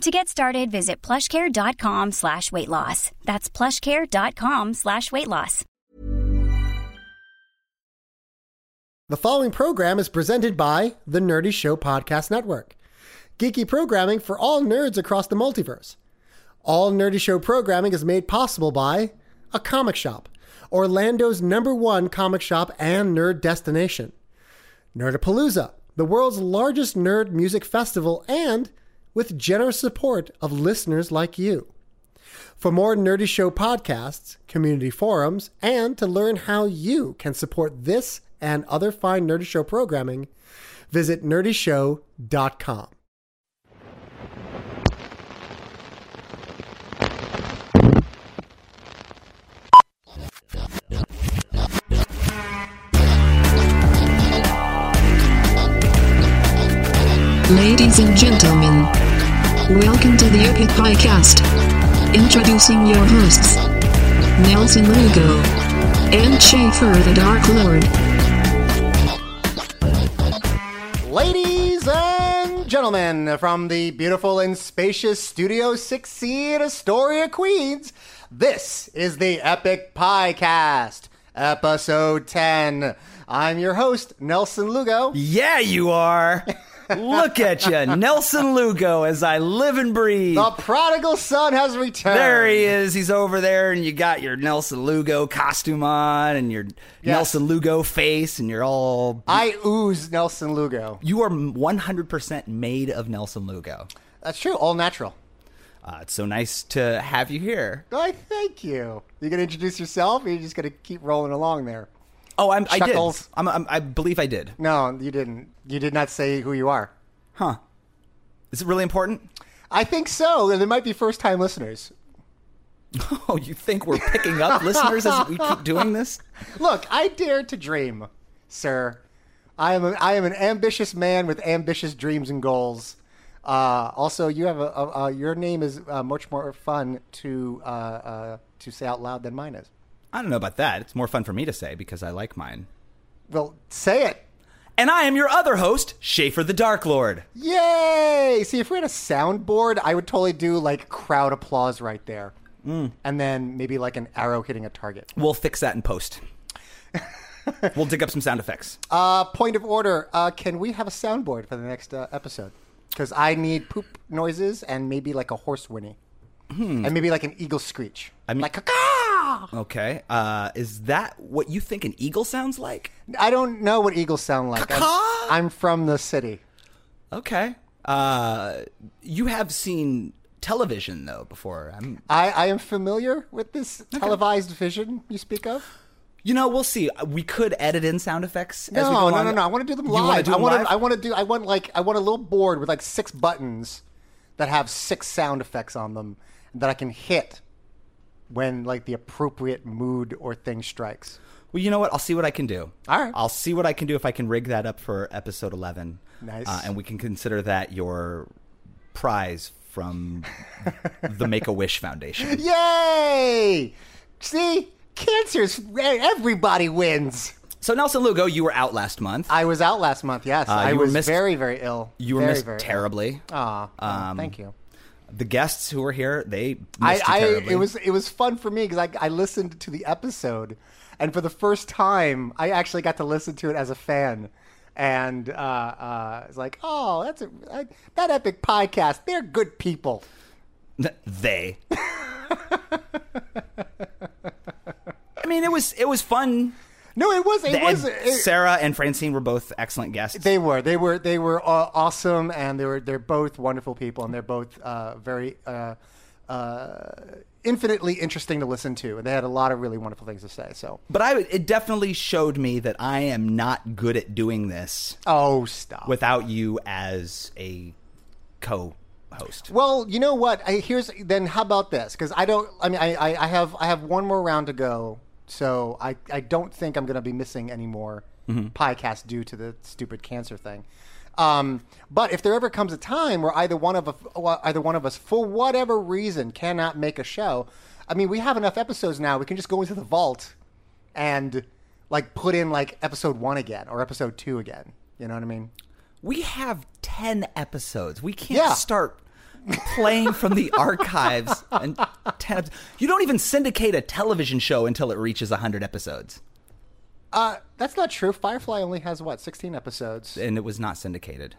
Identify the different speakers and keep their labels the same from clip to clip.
Speaker 1: To get started, visit plushcare.com slash weight loss. That's plushcare.com slash weight loss.
Speaker 2: The following program is presented by the Nerdy Show Podcast Network. Geeky programming for all nerds across the multiverse. All Nerdy Show programming is made possible by a comic shop, Orlando's number one comic shop and nerd destination. Nerdapalooza, the world's largest nerd music festival, and with generous support of listeners like you. For more Nerdy Show podcasts, community forums, and to learn how you can support this and other fine Nerdy Show programming, visit nerdyshow.com.
Speaker 3: Ladies and gentlemen, welcome to the Epic Podcast. Introducing your hosts, Nelson Lugo and Schaefer the Dark Lord.
Speaker 2: Ladies and gentlemen, from the beautiful and spacious Studio 6C at Astoria, Queens, this is the Epic Podcast, episode 10. I'm your host, Nelson Lugo.
Speaker 4: Yeah, you are. Look at you, Nelson Lugo, as I live and breathe.
Speaker 2: The prodigal son has returned.
Speaker 4: There he is. He's over there, and you got your Nelson Lugo costume on, and your Nelson Lugo face, and you're all.
Speaker 2: I ooze Nelson Lugo.
Speaker 4: You are 100% made of Nelson Lugo.
Speaker 2: That's true, all natural.
Speaker 4: Uh, it's so nice to have you here.
Speaker 2: I thank you. You gonna introduce yourself, or you just gonna keep rolling along there?
Speaker 4: Oh, I'm, I did.
Speaker 2: Chuckles.
Speaker 4: I'm, I'm, I believe I did.
Speaker 2: No, you didn't. You did not say who you are.
Speaker 4: Huh. Is it really important?
Speaker 2: I think so. There might be first-time listeners.
Speaker 4: Oh, you think we're picking up listeners as we keep doing this?
Speaker 2: Look, I dare to dream, sir. I am a, I am an ambitious man with ambitious dreams and goals. Uh, also, you have a, a, a your name is uh, much more fun to uh, uh, to say out loud than mine is.
Speaker 4: I don't know about that. It's more fun for me to say because I like mine.
Speaker 2: Well, say it.
Speaker 4: And I am your other host, Schaefer the Dark Lord.
Speaker 2: Yay! See, if we had a soundboard, I would totally do like crowd applause right there,
Speaker 4: Mm.
Speaker 2: and then maybe like an arrow hitting a target.
Speaker 4: We'll fix that in post. we'll dig up some sound effects.
Speaker 2: Uh, point of order: uh, Can we have a soundboard for the next uh, episode? Because I need poop noises and maybe like a horse whinny, and maybe like an eagle screech. I
Speaker 4: Hmm. mean-
Speaker 2: like caw.
Speaker 4: Okay. Uh, is that what you think an eagle sounds like?
Speaker 2: I don't know what eagles sound like. I'm-
Speaker 4: Caw-caw.
Speaker 2: I'm from the city.
Speaker 4: Okay. Uh, you have seen television though before. I'm,
Speaker 2: I, I am familiar with this televised vision you speak of.
Speaker 4: you know, we'll see. We could edit in sound effects. as
Speaker 2: No,
Speaker 4: we go
Speaker 2: no,
Speaker 4: along.
Speaker 2: no, no. I want to do them
Speaker 4: You wanna
Speaker 2: live.
Speaker 4: do
Speaker 2: I
Speaker 4: them
Speaker 2: want
Speaker 4: live?
Speaker 2: to. I want to do. I want like. I want a little board with like six buttons that have six sound effects on them that I can hit when like the appropriate mood or thing strikes.
Speaker 4: Well, you know what? I'll see what I can do.
Speaker 2: All right.
Speaker 4: I'll see what I can do if I can rig that up for episode 11.
Speaker 2: Nice.
Speaker 4: Uh, and we can consider that your prize from the Make a Wish Foundation.
Speaker 2: Yay! See, cancers. Everybody wins.
Speaker 4: So, Nelson Lugo, you were out last month.
Speaker 2: I was out last month. Yes, I
Speaker 4: Uh, you were
Speaker 2: was
Speaker 4: missed-
Speaker 2: very, very ill.
Speaker 4: you were
Speaker 2: very,
Speaker 4: missed um,
Speaker 2: very ill.
Speaker 4: terribly.
Speaker 2: Aw, thank you.
Speaker 4: the guests who were here, they missed
Speaker 2: I,
Speaker 4: you
Speaker 2: I
Speaker 4: terribly.
Speaker 2: it was it was fun for me because I, I listened to the episode, and for the first time, I actually got to listen to it as a fan, and uh, uh, it's like, oh, that's a, I, that epic podcast. They're good people.
Speaker 4: they. I mean, it was it was fun.
Speaker 2: No, it was. It
Speaker 4: The-
Speaker 2: was.
Speaker 4: and
Speaker 2: it-
Speaker 4: Sarah and Francine were both excellent guests.
Speaker 2: they were. They were. They were uh, awesome, and they were. They're both wonderful people, and they're both uh, very. Uh, uh, infinitely interesting to listen to, and they had a lot of really wonderful things to say. So,
Speaker 4: but I, it definitely showed me that I am not good at doing this
Speaker 2: oh, stop.
Speaker 4: without you as a co-host.
Speaker 2: Well, you know what? I, here's then. How about this? Because I don't. I mean, I, I, I have I have one more round to go So I, I don't think I'm going to be missing any more podcast due to the stupid cancer thing. Um, but if there ever comes a time where either one of a, either one of us, for whatever reason, cannot make a show, I mean, we have enough episodes now. We can just go into the vault and like put in like episode one again or episode two again. You know what I mean?
Speaker 4: We have 10 episodes. We can't
Speaker 2: Yeah.
Speaker 4: start playing from the archives and 10 ep- You don't even syndicate a television show until it reaches 100 episodes.
Speaker 2: Uh, that's not true. Firefly only has what sixteen episodes.
Speaker 4: And it was not syndicated.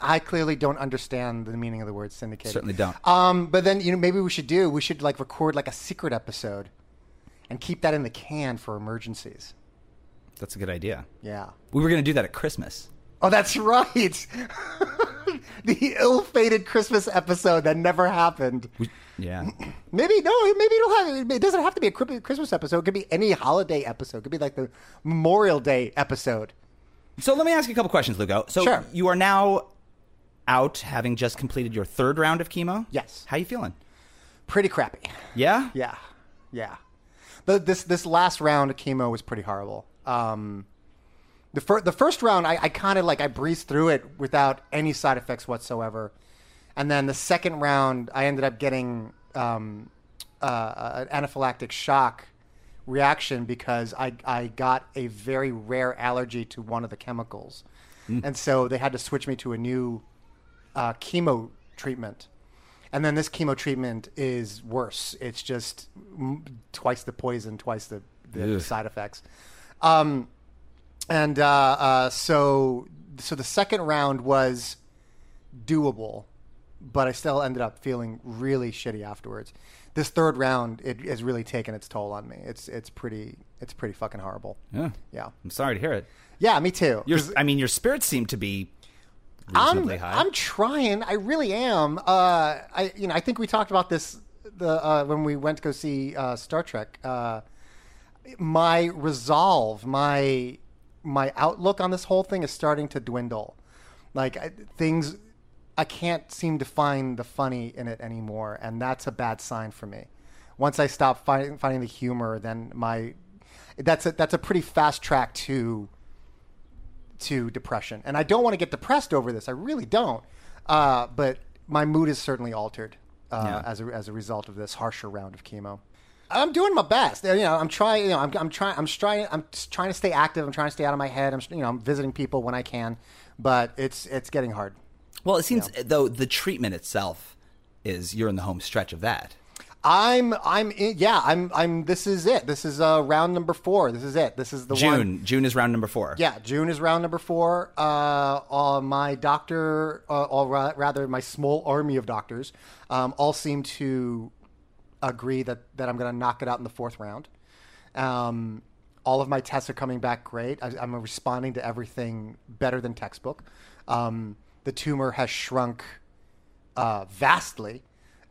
Speaker 2: I clearly don't understand the meaning of the word syndicated.
Speaker 4: Certainly don't.
Speaker 2: Um, but then you know maybe we should do we should like record like a secret episode, and keep that in the can for emergencies.
Speaker 4: That's a good idea.
Speaker 2: Yeah.
Speaker 4: We were going to do that at Christmas.
Speaker 2: Oh, that's right. the ill-fated Christmas episode that never happened.
Speaker 4: Yeah.
Speaker 2: Maybe no. Maybe it'll have. It doesn't have to be a Christmas Christmas episode. It could be any holiday episode. It could be like the Memorial Day episode.
Speaker 4: so let me ask you a couple questions, Lugo. So
Speaker 2: Sure.
Speaker 4: you are now out having just completed your third round of chemo?
Speaker 2: Yes.
Speaker 4: How you feeling?
Speaker 2: Pretty crappy.
Speaker 4: Yeah?
Speaker 2: Yeah, yeah. The, this this last round of chemo was pretty horrible. Um, the first the first round, I, I kind of like I breezed through it without any side effects whatsoever, and then the second round, I ended up getting um, uh, an anaphylactic shock reaction because I I got a very rare allergy to one of the chemicals, and so they had to switch me to a new uh, chemo treatment. And then this chemo treatment is worse. It's just m- twice the poison, twice the, the side effects. Um, and uh, uh, so, so the second round was doable, but I still ended up feeling really shitty afterwards. This third round, it has really taken its toll on me. It's it's pretty it's pretty fucking horrible.
Speaker 4: Yeah.
Speaker 2: Yeah,
Speaker 4: I'm sorry to hear it.
Speaker 2: yeah, me too.
Speaker 4: Your, I mean, your spirits seem to be
Speaker 2: I'm,
Speaker 4: reasonably high.
Speaker 2: I'm trying. I really am. Uh, I you know I think we talked about this the uh, when we went to go see uh, Star Trek. Uh, my resolve, my my outlook on this whole thing is starting to dwindle. Like I, things, I can't seem to find the funny in it anymore, and that's a bad sign for me. Once I stop finding finding the humor, then my that's a that's a pretty fast track to to depression, and I don't want to get depressed over this. I really don't. Uh, but my mood is certainly altered uh,
Speaker 4: Yeah.
Speaker 2: as a, as a result of this harsher round of chemo. I'm doing my best. You know, I'm trying. You know, I'm, I'm trying. I'm trying. I'm s- trying to stay active. I'm trying to stay out of my head. I'm you know, I'm visiting people when I can, but it's it's getting hard.
Speaker 4: Well, it seems though the treatment itself is you're in the home stretch of that.
Speaker 2: I'm I'm in, yeah. I'm I'm. This is it. This is uh, round number four. This is it. This is the one.
Speaker 4: June, June is round number four.
Speaker 2: Yeah, June is round number four. Uh, uh, my doctor, uh, or ra- rather, my small army of doctors, um, all seem to agree that, that I'm going to knock it out in the fourth round. Um, all of my tests are coming back great. I, I'm responding to everything better than textbook. Um, the tumor has shrunk uh, vastly.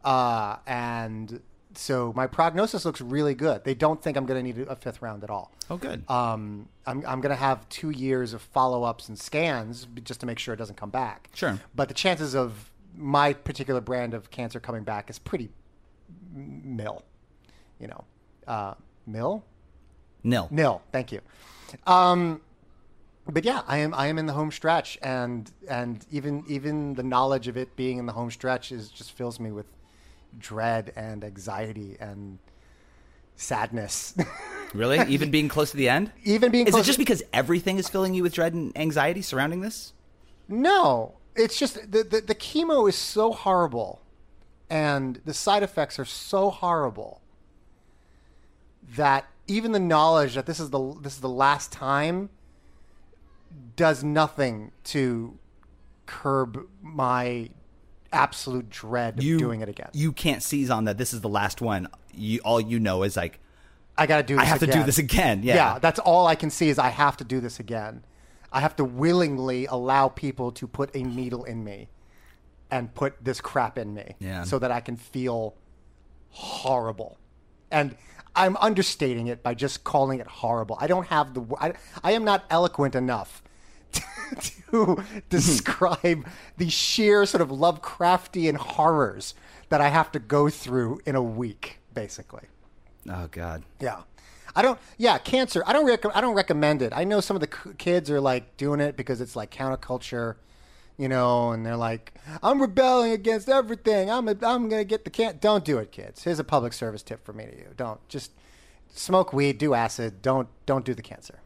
Speaker 2: Uh, and so my prognosis looks really good. They don't think I'm going to need a fifth round at all
Speaker 4: Oh, good.
Speaker 2: um, I'm, I'm going to have two years of follow ups and scans b- just to make sure it doesn't come back.
Speaker 4: Sure.
Speaker 2: But the chances of my particular brand of cancer coming back is pretty m- nil. You know, uh, nil?
Speaker 4: Nil.
Speaker 2: Nil. Thank you. Um, but yeah, I am I am in the home stretch, and and even even the knowledge of it being in the home stretch is just fills me with dread and anxiety and sadness.
Speaker 4: Really? Even being close to the end?
Speaker 2: even being
Speaker 4: Is
Speaker 2: close
Speaker 4: it just because everything is filling you with dread and anxiety surrounding this?
Speaker 2: No, it's just the, the the chemo is so horrible, and the side effects are so horrible that even the knowledge that this is the this is the last time does nothing to curb my absolute dread of doing it again.
Speaker 4: You can't seize on that. This is the last one. You, all you know is like,
Speaker 2: I got to do. This
Speaker 4: I have to do this again. Yeah.
Speaker 2: yeah, that's all I can see is I have to do this again. I have to willingly allow people to put a needle in me and put this crap in me
Speaker 4: Yeah.
Speaker 2: so that I can feel horrible. And I'm understating it by just calling it horrible. I don't have the wo- I, I am not eloquent enough to describe the sheer sort of Lovecraftian horrors that I have to go through in a week basically.
Speaker 4: Oh God.
Speaker 2: Yeah. I don't. Yeah, cancer. I don't. Rec- I don't recommend it. I know some of the c- kids are like doing it because it's like counterculture, you know, and they're like, "I'm rebelling against everything. I'm. A, I'm gonna get the can." Don't do it, kids. Here's a public service tip for me to you. Don't just smoke weed, do acid. Don't. Don't do the cancer.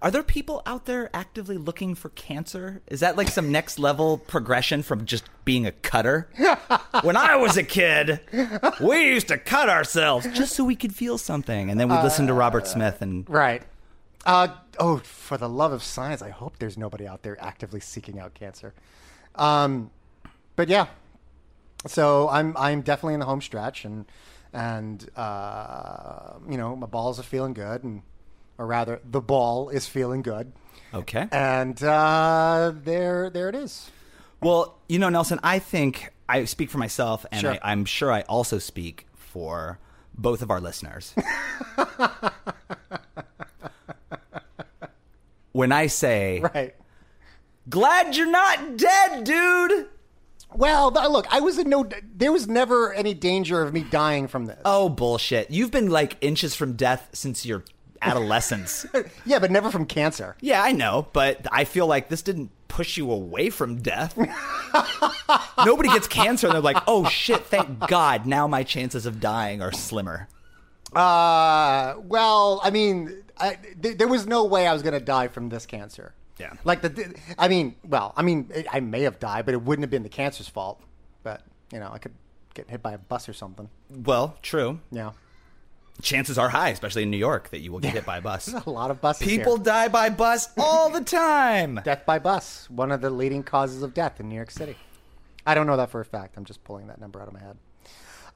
Speaker 4: Are there people out there actively looking for cancer? Is that like some next level progression from just being a cutter? when I was a kid, we used to cut ourselves just so we could feel something, and then we'd listen to Robert Smith and
Speaker 2: Right. Uh, oh, for the love of science, I hope there's nobody out there actively seeking out cancer. Um, but yeah, so I'm I'm definitely in the home stretch, and and uh, you know my balls are feeling good, and or rather the ball is feeling good,
Speaker 4: okay.
Speaker 2: and uh, there there it is.
Speaker 4: Well, you know, Nelson, I think I speak for myself, and
Speaker 2: Sure.
Speaker 4: I, I'm sure I also speak for both of our listeners. when I say,
Speaker 2: Right.
Speaker 4: glad you're not dead, dude.
Speaker 2: Well, th- look, I was in no. There was never any danger of me dying from this.
Speaker 4: Oh, bullshit. You've been like inches from death since your adolescence.
Speaker 2: Yeah, but never from cancer.
Speaker 4: yeah, I know, but I feel like this didn't push you away from death. Nobody gets cancer, and they're like, oh shit, thank God, now my chances of dying are slimmer.
Speaker 2: Uh, well, I mean, I, th- there was no way I was going to die from this cancer.
Speaker 4: Yeah.
Speaker 2: Like the, I mean, well, I mean, it, I may have died, but it wouldn't have been the cancer's fault. But you know, I could get hit by a bus or something.
Speaker 4: Well, true.
Speaker 2: Yeah.
Speaker 4: chances are high, especially in New York, that you will get hit by a bus.
Speaker 2: A lot of buses.
Speaker 4: People
Speaker 2: here.
Speaker 4: die by bus all the time.
Speaker 2: death by bus, one of the leading causes of death in New York City. I don't know that for a fact. I'm just pulling that number out of my head.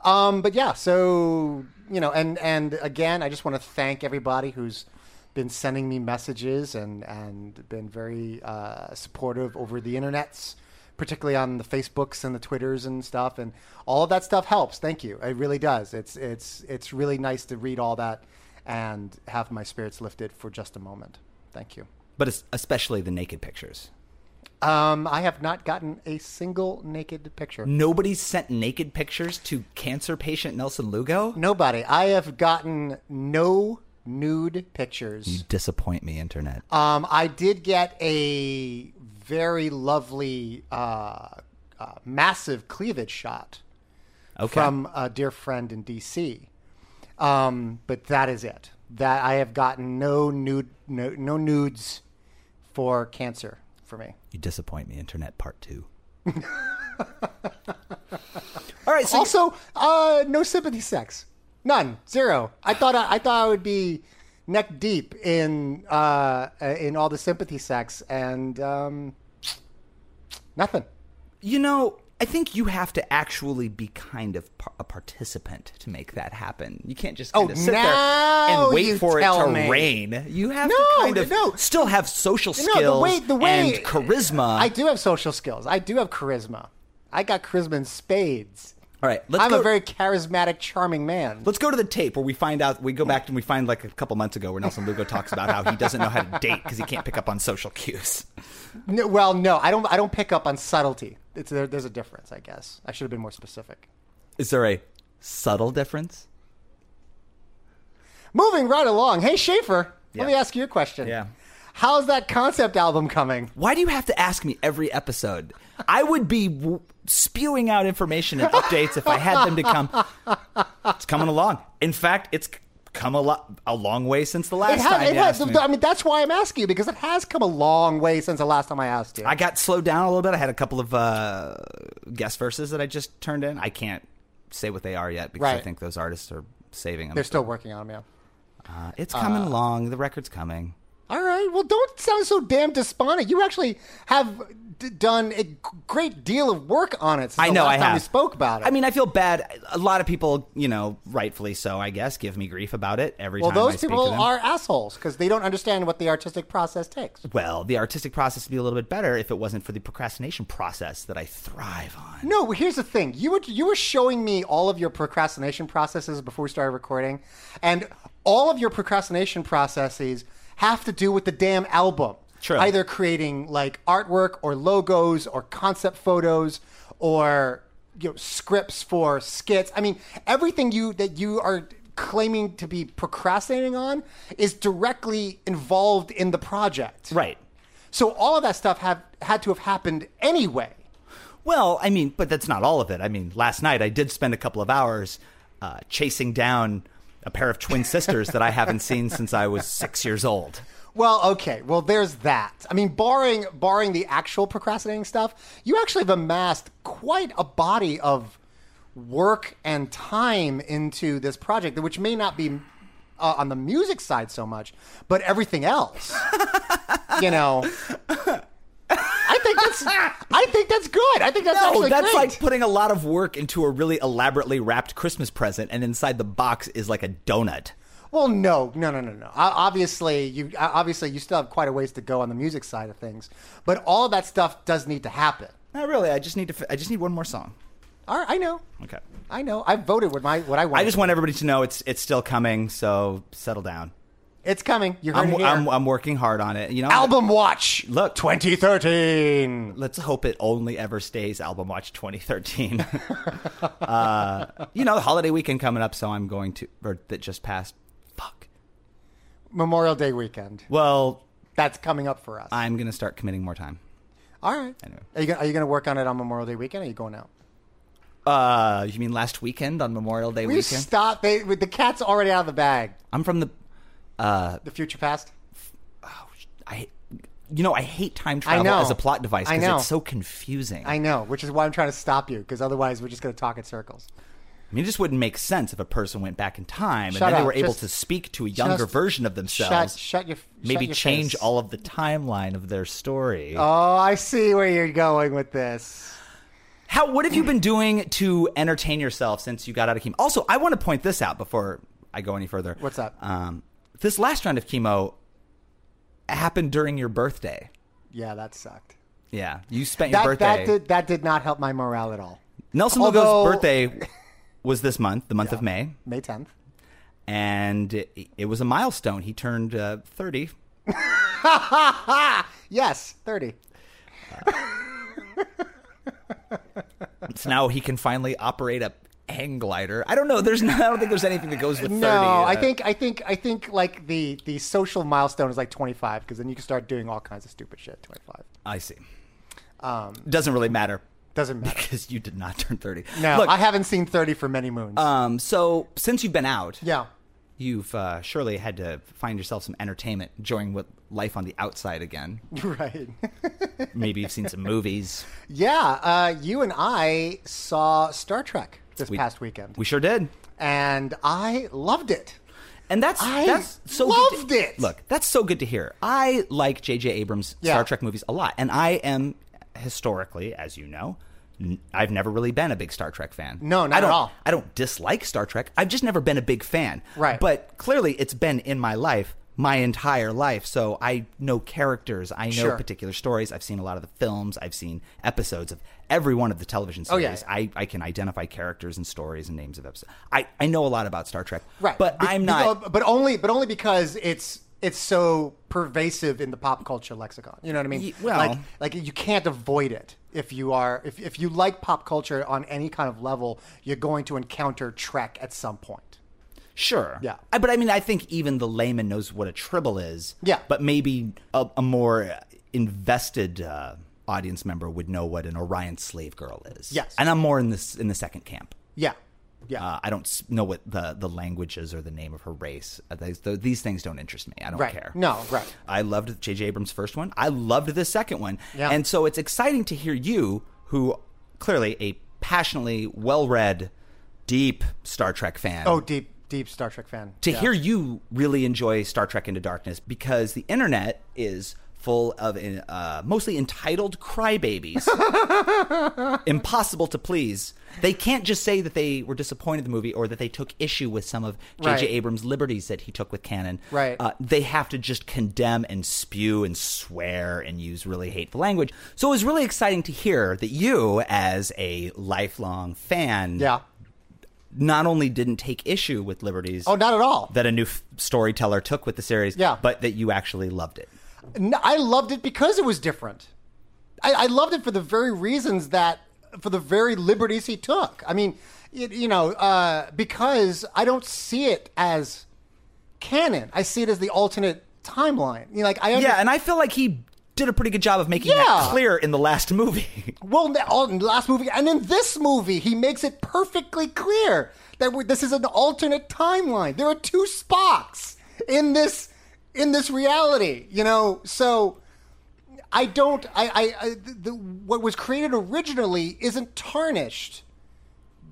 Speaker 2: Um, but yeah, so you know, and and again, I just want to thank everybody who's been sending me messages and and been very uh, supportive over the internets, particularly on the Facebooks and the Twitters and stuff, and all of that stuff helps. Thank you, it really does. It's it's it's really nice to read all that and have my spirits lifted for just a moment. Thank you.
Speaker 4: But es- especially the naked pictures.
Speaker 2: Um, I have not gotten a single naked picture.
Speaker 4: Nobody sent naked pictures to cancer patient Nelson Lugo.
Speaker 2: Nobody. I have gotten no nude pictures.
Speaker 4: Disappoint me, internet.
Speaker 2: Um, I did get a very lovely, uh, uh, massive cleavage shot
Speaker 4: Okay.
Speaker 2: from a dear friend in D.C. Um, but that is it. That I have gotten no nude, no, no nudes for cancer for me.
Speaker 4: you disappoint me, internet part two. all right. So
Speaker 2: also, uh, no sympathy sex. None. Zero. I thought I, I thought I would be neck deep in uh, in all the sympathy sex and um, nothing.
Speaker 4: you know, I think you have to actually be kind of par- a participant to make that happen. You can't just kind
Speaker 2: Oh,
Speaker 4: of sit there
Speaker 2: now
Speaker 4: and
Speaker 2: you
Speaker 4: wait for it
Speaker 2: tell
Speaker 4: to
Speaker 2: me.
Speaker 4: rain. You have to
Speaker 2: No,
Speaker 4: kind of
Speaker 2: no.
Speaker 4: still have social skills
Speaker 2: no, the way the way
Speaker 4: and charisma.
Speaker 2: I do have social skills. I do have charisma. I got charisma in spades.
Speaker 4: All right, let's
Speaker 2: I'm
Speaker 4: go,
Speaker 2: a very charismatic, charming man.
Speaker 4: let's go to the tape where we find out. We go back and we find like a couple months ago where Nelson Lugo talks about how he doesn't know how to date because he can't pick up on social cues.
Speaker 2: No, well, no, I don't. I don't pick up on subtlety. It's there, there's a difference, I guess. I should have been more specific.
Speaker 4: Is there a subtle difference?
Speaker 2: Moving right along. Hey, Schaefer,
Speaker 4: Yeah.
Speaker 2: let me ask you a question.
Speaker 4: Yeah.
Speaker 2: How's that concept album coming?
Speaker 4: Why do you have to ask me every episode? I would be w- spewing out information and updates if I had them to come. It's coming along. In fact, it's c- come a lot a long way since the last
Speaker 2: It has,
Speaker 4: time
Speaker 2: it
Speaker 4: you
Speaker 2: has,
Speaker 4: asked me.
Speaker 2: I mean, that's why I'm asking you because it has come a long way since the last time I asked you.
Speaker 4: I got slowed down a little bit. I had a couple of uh, guest verses that I just turned in. I can't say what they are yet because I
Speaker 2: Right.
Speaker 4: think those artists are saving them.
Speaker 2: They're still working on them, yeah.
Speaker 4: Uh, it's coming along. The record's coming.
Speaker 2: All right. Well, don't sound so damn despondent. You actually have d- done a g- great deal of work on it. Since
Speaker 4: I know
Speaker 2: The last
Speaker 4: I
Speaker 2: time
Speaker 4: have.
Speaker 2: we spoke about it.
Speaker 4: I mean, I feel bad. A lot of people, you know, rightfully so, I guess, give me grief about it every
Speaker 2: well,
Speaker 4: time I
Speaker 2: those
Speaker 4: speak to
Speaker 2: people
Speaker 4: them.
Speaker 2: are assholes because they don't understand what the artistic process takes.
Speaker 4: well, the artistic process would be a little bit better if it wasn't for the procrastination process that I thrive on.
Speaker 2: No, here's the thing. You were you were showing me all of your procrastination processes before we started recording, and all of your procrastination processes have to do with the damn album.
Speaker 4: True.
Speaker 2: Either creating like artwork or logos or concept photos or you know scripts for skits. I mean, everything you that you are claiming to be procrastinating on is directly involved in the project.
Speaker 4: Right.
Speaker 2: So all of that stuff have had to have happened anyway.
Speaker 4: Well, I mean, but that's not all of it. I mean, last night I did spend a couple of hours uh, chasing down a pair of twin sisters that I haven't seen since I was six years old.
Speaker 2: Well, okay. Well, there's that. I mean, barring barring the actual procrastinating stuff, you actually have amassed quite a body of work and time into this project, which may not be uh, on the music side so much, but everything else. you know, I think that's I think that's good. I think that's
Speaker 4: No,
Speaker 2: actually
Speaker 4: that's
Speaker 2: great.
Speaker 4: like putting a lot of work into a really elaborately wrapped Christmas present, and inside the box is like a donut.
Speaker 2: Well, no, no, no, no, no. O- Obviously, you o- obviously you still have quite a ways to go on the music side of things, but all that stuff does need to happen.
Speaker 4: Not really. I just need to. Fi- I just need one more song.
Speaker 2: All right, I know,
Speaker 4: Okay.
Speaker 2: I know. I voted with my what I wanted.
Speaker 4: I just want everybody to know it's it's still coming. So settle down.
Speaker 2: It's coming. You heard
Speaker 4: I'm,
Speaker 2: it here.
Speaker 4: I'm I'm working hard on it. You know,
Speaker 2: Album Watch.
Speaker 4: Look.
Speaker 2: 2013.
Speaker 4: Let's hope it only ever stays Album Watch 2013. uh, you know, the holiday weekend coming up, so I'm going to or that just passed. Fuck.
Speaker 2: Memorial Day weekend.
Speaker 4: Well,
Speaker 2: That's coming up for us.
Speaker 4: I'm gonna start committing more time.
Speaker 2: All right.
Speaker 4: Anyway.
Speaker 2: Are you gonna, are you going to work on it on Memorial Day weekend? Or are you going out?
Speaker 4: Uh, you mean last weekend on Memorial Day
Speaker 2: We
Speaker 4: weekend?
Speaker 2: stop. They, the cat's already out of the bag.
Speaker 4: I'm from the. Uh,
Speaker 2: The future past.
Speaker 4: I. You know, I hate time
Speaker 2: I
Speaker 4: travel
Speaker 2: know.
Speaker 4: as a plot device
Speaker 2: I
Speaker 4: because
Speaker 2: know.
Speaker 4: it's so confusing.
Speaker 2: I know, which is why I'm trying to stop you, because otherwise we're just going to talk in circles.
Speaker 4: I mean, it just wouldn't make sense if a person went back in time
Speaker 2: Shut
Speaker 4: and then
Speaker 2: up.
Speaker 4: they were able
Speaker 2: Just-
Speaker 4: to speak to a younger
Speaker 2: just
Speaker 4: version of themselves.
Speaker 2: shut- shut your- shut
Speaker 4: maybe
Speaker 2: your
Speaker 4: change
Speaker 2: face.
Speaker 4: all of the timeline of their story.
Speaker 2: Oh, I see where you're going with this.
Speaker 4: How? What have you been doing to entertain yourself since you got out of chemo? Also, I want to point this out before I go any further.
Speaker 2: What's up?
Speaker 4: Um, this last round of chemo happened during your birthday.
Speaker 2: Yeah, that sucked.
Speaker 4: Yeah, you spent your
Speaker 2: That,
Speaker 4: birthday.
Speaker 2: that did that did not help my morale at all.
Speaker 4: Nelson
Speaker 2: although-
Speaker 4: Lugo's birthday was this month, the month of May,
Speaker 2: May 10th.
Speaker 4: and it, it was a milestone. He turned uh, thirty.
Speaker 2: Yes, 30.
Speaker 4: So now he can finally operate a hang glider. I don't know. There's no, I don't think there's anything that goes with thirty.
Speaker 2: No, I
Speaker 4: Uh,
Speaker 2: think I think I think like the the social milestone is like 25 because then you can start doing all kinds of stupid shit. at 25
Speaker 4: I see.
Speaker 2: Um,
Speaker 4: Doesn't really matter
Speaker 2: doesn't matter.
Speaker 4: because you did not turn thirty.
Speaker 2: No,
Speaker 4: Look,
Speaker 2: I haven't seen 30 for many moons.
Speaker 4: Um, so since you've been out,
Speaker 2: yeah,
Speaker 4: you've uh, surely had to find yourself some entertainment, enjoying what life on the outside again.
Speaker 2: right.
Speaker 4: Maybe you've seen some movies.
Speaker 2: yeah, uh, you and I saw Star Trek this
Speaker 4: We-
Speaker 2: past weekend,
Speaker 4: We sure did,
Speaker 2: and I loved it.
Speaker 4: and that's
Speaker 2: I
Speaker 4: that's so
Speaker 2: loved
Speaker 4: good to,
Speaker 2: it!
Speaker 4: Look, that's so good to hear. I like J.J. Abrams'
Speaker 2: Yeah.
Speaker 4: Star Trek movies a lot, and I am historically, as you know. n- I've never really been a big Star Trek fan.
Speaker 2: No, not
Speaker 4: I don't,
Speaker 2: at all.
Speaker 4: I don't dislike Star Trek. I've just never been a big fan.
Speaker 2: Right.
Speaker 4: But clearly, it's been in my life my entire life. So I know characters. I know
Speaker 2: Sure.
Speaker 4: particular stories. I've seen a lot of the films. I've seen episodes of every one of the television series.
Speaker 2: Oh, yeah, yeah.
Speaker 4: I, I can identify characters and stories and names of episodes. I, I know a lot about Star Trek.
Speaker 2: Right,
Speaker 4: But
Speaker 2: Be-
Speaker 4: I'm
Speaker 2: be-
Speaker 4: not.
Speaker 2: uh, but only but only because it's it's so pervasive in the pop culture lexicon. You know what I mean?
Speaker 4: Ye- well-
Speaker 2: like like you can't avoid it if you are if if you like pop culture on any kind of level, you're going to encounter Trek at some point.
Speaker 4: Sure.
Speaker 2: Yeah.
Speaker 4: I, but I mean, I think even the layman knows what a tribble is.
Speaker 2: Yeah.
Speaker 4: But maybe a, a more invested uh, audience member would know what an Orion slave girl is.
Speaker 2: Yes.
Speaker 4: And I'm more in this in the second camp.
Speaker 2: Yeah, yeah,
Speaker 4: Uh, I don't s- know what the, the language is or the name of her race. Uh, these, th- these things don't interest me. I don't
Speaker 2: right.
Speaker 4: care.
Speaker 2: No, right.
Speaker 4: I loved J.J. Abrams' first one. I loved this second one.
Speaker 2: Yeah.
Speaker 4: And so it's exciting to hear you, who clearly a passionately well read, deep Star Trek fan.
Speaker 2: Oh, deep deep Star Trek fan.
Speaker 4: to
Speaker 2: Yeah.
Speaker 4: hear you really enjoy Star Trek Into Darkness because the internet is full of uh, mostly entitled crybabies, impossible to please. They can't just say that they were disappointed in the movie or that they took issue with some of J.J.
Speaker 2: Right.
Speaker 4: Abrams' liberties that he took with canon.
Speaker 2: Right.
Speaker 4: Uh, they have to just condemn and spew and swear and use really hateful language. So it was really exciting to hear that you, as a lifelong fan,
Speaker 2: yeah.
Speaker 4: not only didn't take issue with liberties
Speaker 2: Oh, not at all.
Speaker 4: that a new f- storyteller took with the series,
Speaker 2: Yeah.
Speaker 4: but that you actually loved it.
Speaker 2: No, I loved it because it was different. I, I loved it for the very reasons that, for the very liberties he took. I mean, y- you know, uh, because I don't see it as canon. I see it as the alternate timeline. You know, like I under-
Speaker 4: Yeah, and I feel like he did a pretty good job of making that
Speaker 2: Yeah.
Speaker 4: clear in the last movie.
Speaker 2: Well, in the all- in the last movie and in this movie, he makes it perfectly clear that we this is an alternate timeline. There are two Spocks in this in this reality, you know. So I don't. I. I, I the, the, what was created originally isn't tarnished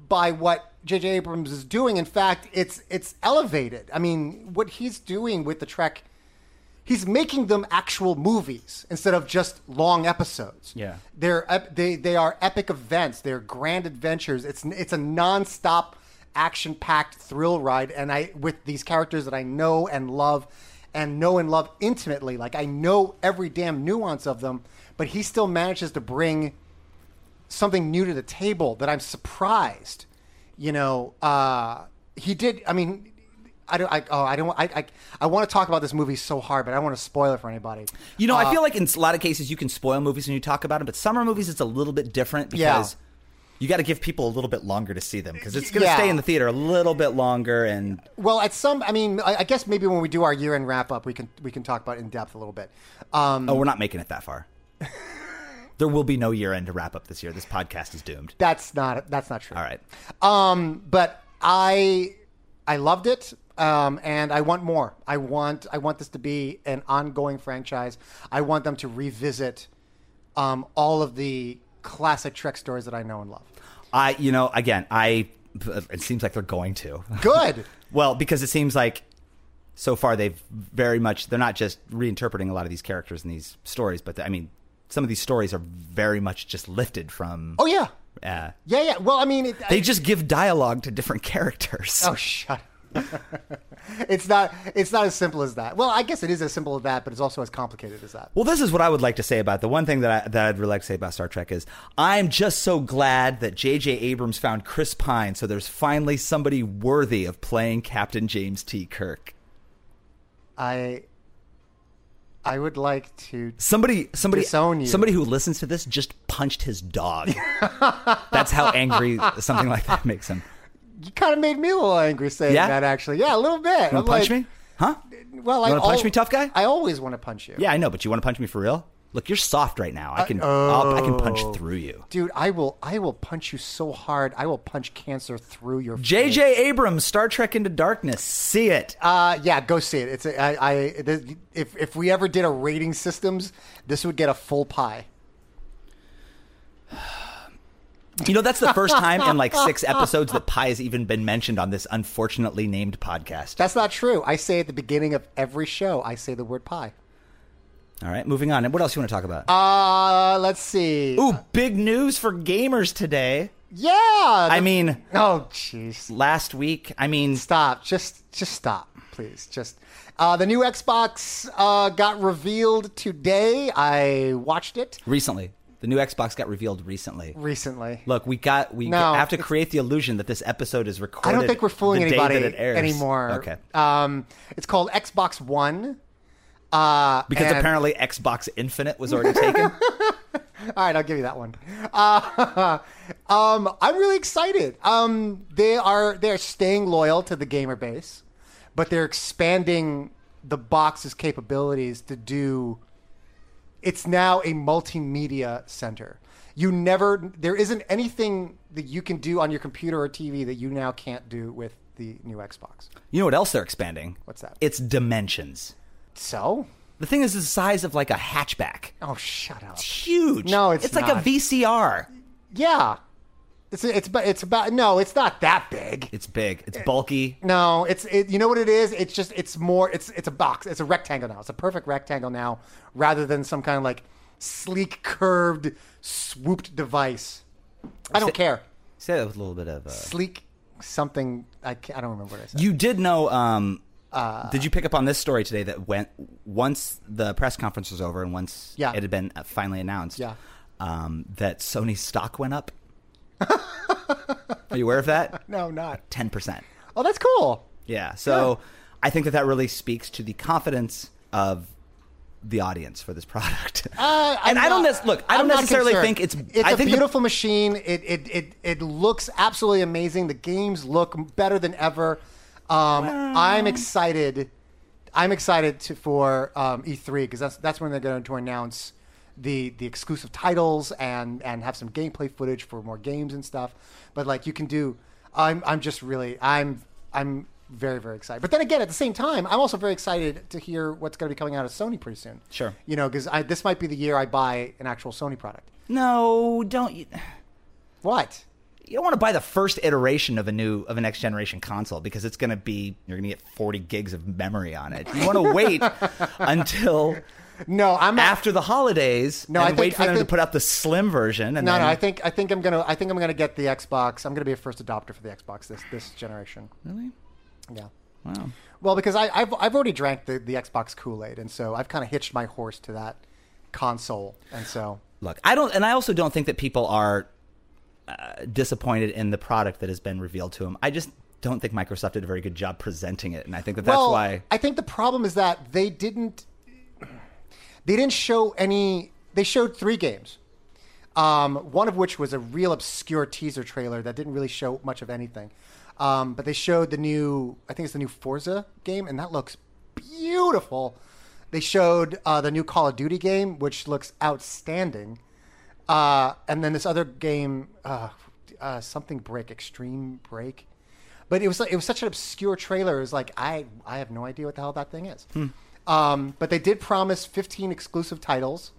Speaker 2: by what J.J. Abrams is doing. In fact, it's it's elevated. I mean, what he's doing with the Trek. He's making them actual movies instead of just long episodes.
Speaker 4: Yeah.
Speaker 2: They're ep- they they are epic events. They're grand adventures. It's it's a nonstop action-packed thrill ride, and I with these characters that I know and love, and know and love intimately. Like I know every damn nuance of them, but he still manages to bring something new to the table that I'm surprised. You know, uh, he did. I mean. I don't. I, oh, I don't. I. I, I want to talk about this movie so hard, but I don't want to spoil it for anybody.
Speaker 4: You know,
Speaker 2: Uh,
Speaker 4: I feel like in a lot of cases you can spoil movies when you talk about them, but summer movies it's a little bit different
Speaker 2: Yeah.
Speaker 4: because you got to give people a little bit longer to see them because it's going to
Speaker 2: Yeah.
Speaker 4: stay in the theater a little bit longer. And
Speaker 2: Well, at some, I mean, I, I guess maybe when we do our year end wrap up, we can we can talk about it in depth a little bit. Um,
Speaker 4: oh, we're not making it that far. there will be no year end to wrap up this year. This podcast is doomed.
Speaker 2: that's not that's not true.
Speaker 4: All right.
Speaker 2: Um, but I I loved it. Um, and I want more. I want I want this to be an ongoing franchise. I want them to revisit um, all of the classic Trek stories that I know and love.
Speaker 4: I, you know, again, I. uh, It seems like they're going to.
Speaker 2: Good.
Speaker 4: Well, because it seems like so far they've very much they're not just reinterpreting a lot of these characters and these stories, but I mean some of these stories are very much just lifted from.
Speaker 2: oh yeah,
Speaker 4: Uh,
Speaker 2: yeah, yeah. Well, I mean, it,
Speaker 4: they just give dialogue to different characters.
Speaker 2: Oh, shut. up. it's not. It's not as simple as that. Well, I guess it is as simple as that, but it's also as complicated as that.
Speaker 4: Well, this is what I would like to say about it. the one thing that I, that I'd really like to say about Star Trek is I'm just so glad that J.J. Abrams found Chris Pine, so there's finally somebody worthy of playing Captain James T. Kirk.
Speaker 2: I. I would like to.
Speaker 4: Somebody, somebody,
Speaker 2: Disown you.
Speaker 4: somebody who listens to this just punched his dog. That's how angry something like that makes him.
Speaker 2: You kind of made me a little angry saying
Speaker 4: Yeah?
Speaker 2: that, actually. Yeah, a little bit.
Speaker 4: You
Speaker 2: I'm
Speaker 4: want to punch
Speaker 2: like,
Speaker 4: me? Huh?
Speaker 2: Well, I
Speaker 4: wanna punch
Speaker 2: al-
Speaker 4: me, tough guy?
Speaker 2: I always want to punch you.
Speaker 4: Yeah, I know, but you want to punch me for real? Look, you're soft right now. I can, I'll, I can punch through you.
Speaker 2: Dude, I will. I will punch you so hard. I will punch cancer through your. face.
Speaker 4: J.J. Abrams, Star Trek Into Darkness. See it.
Speaker 2: Uh, yeah, go see it. It's a, I, I, it- if if we ever did a rating systems, this would get a full pie.
Speaker 4: You know, that's the first time in like six episodes that pie has even been mentioned on this unfortunately named podcast.
Speaker 2: That's not true. I say at the beginning of every show, I say the word pie.
Speaker 4: All right, moving on. And what else you want to talk about?
Speaker 2: Uh, let's see.
Speaker 4: Ooh, big news for gamers today.
Speaker 2: Yeah.
Speaker 4: I mean,
Speaker 2: oh, jeez.
Speaker 4: last week, I mean,
Speaker 2: Stop. Just, just stop, please. Just. Uh, the new Xbox uh, got revealed today. I watched it
Speaker 4: recently. The new Xbox got revealed recently.
Speaker 2: recently.
Speaker 4: Look, we got we
Speaker 2: No,
Speaker 4: have to
Speaker 2: it's-
Speaker 4: create the illusion that this episode is recorded.
Speaker 2: I don't think we're fooling
Speaker 4: the day
Speaker 2: anybody
Speaker 4: that it airs.
Speaker 2: anymore.
Speaker 4: Okay,
Speaker 2: Um, it's called Xbox One. Uh,
Speaker 4: because
Speaker 2: and-
Speaker 4: apparently Xbox Infinite was already taken.
Speaker 2: All right, I'll give you that one. Uh, um, I'm really excited. Um, they are they're staying loyal to the gamer base, but they're expanding the box's capabilities to do. It's now a multimedia center. You never there isn't anything that you can do on your computer or TV that you now can't do with the new Xbox.
Speaker 4: you know what else they're expanding?
Speaker 2: What's that?
Speaker 4: It's dimensions.
Speaker 2: So,
Speaker 4: The thing is the size of like a hatchback.
Speaker 2: oh shut up.
Speaker 4: It's huge.
Speaker 2: No, it's
Speaker 4: it's like a
Speaker 2: not.
Speaker 4: VCR.
Speaker 2: Yeah, it's it's about it's about no, it's not that big.
Speaker 4: It's big. It's bulky.
Speaker 2: No, it's it, you know what it is. It's just it's more. It's it's a box. It's a rectangle now. It's a perfect rectangle now, rather than some kind of like sleek curved swooped device. I don't care.
Speaker 4: Say that with a little bit of. Uh...
Speaker 2: Sleek something. I can't, I don't remember what I said.
Speaker 4: You did know. Um,
Speaker 2: Uh,
Speaker 4: did you pick up on this story today that went once the press conference was over and once
Speaker 2: Yeah.
Speaker 4: it had been uh, finally announced?
Speaker 2: Yeah.
Speaker 4: Um, that Sony's stock went up. Are you aware of that?
Speaker 2: no, not.
Speaker 4: Ten percent.
Speaker 2: Oh, that's cool.
Speaker 4: Yeah. So I think that that really speaks to the confidence of the audience for this product.
Speaker 2: Uh, I'm
Speaker 4: and I don't
Speaker 2: not-
Speaker 4: nec- look. I
Speaker 2: I'm
Speaker 4: don't
Speaker 2: not
Speaker 4: necessarily
Speaker 2: concerned.
Speaker 4: think it's.
Speaker 2: It's
Speaker 4: I
Speaker 2: a
Speaker 4: think the-
Speaker 2: beautiful machine. It, it it it looks absolutely amazing. The games look better than ever. Um, I'm excited. I'm excited to, for um, E3 because that's that's when they're going to announce the the exclusive titles and and have some gameplay footage for more games and stuff. But like you can do. I'm I'm just really I'm I'm very very excited. But then again, at the same time, I'm also very excited to hear what's going to be coming out of Sony pretty soon.
Speaker 4: Sure.
Speaker 2: You know, because this might be the year I buy an actual Sony product.
Speaker 4: no, don't you?
Speaker 2: What?
Speaker 4: You don't want to buy the first iteration of a new of a next generation console because it's going to be you're going to get 40 gigs of memory on it. You want to wait until
Speaker 2: No, I'm not.
Speaker 4: after the holidays
Speaker 2: No,
Speaker 4: and
Speaker 2: I think-
Speaker 4: wait for
Speaker 2: I
Speaker 4: them
Speaker 2: think-
Speaker 4: to put out the slim version. And
Speaker 2: no,
Speaker 4: then,
Speaker 2: no. I think I think I'm gonna I think I'm gonna get the Xbox. I'm gonna be a first adopter for the Xbox this this generation.
Speaker 4: really,
Speaker 2: Yeah.
Speaker 4: wow.
Speaker 2: Well, because I, I've I've already drank the, the Xbox Kool Aid, and so I've kind of hitched my horse to that console, and so
Speaker 4: Look, I don't, and I also don't think that people are uh, disappointed in the product that has been revealed to them. I just don't think Microsoft did a very good job presenting it, and I think that that's
Speaker 2: well,
Speaker 4: why.
Speaker 2: I think the problem is that they didn't they didn't show any. They showed three games, um, one of which was a real obscure teaser trailer that didn't really show much of anything. Um, but they showed the new, I think it's the new Forza game, and that looks beautiful. They showed uh, the new Call of Duty game, which looks outstanding. Uh, and then this other game, uh, uh, something Break, Extreme Break. But it was it was such an obscure trailer. It was like I I have no idea what the hell that thing is. Um, but they did promise 15 exclusive titles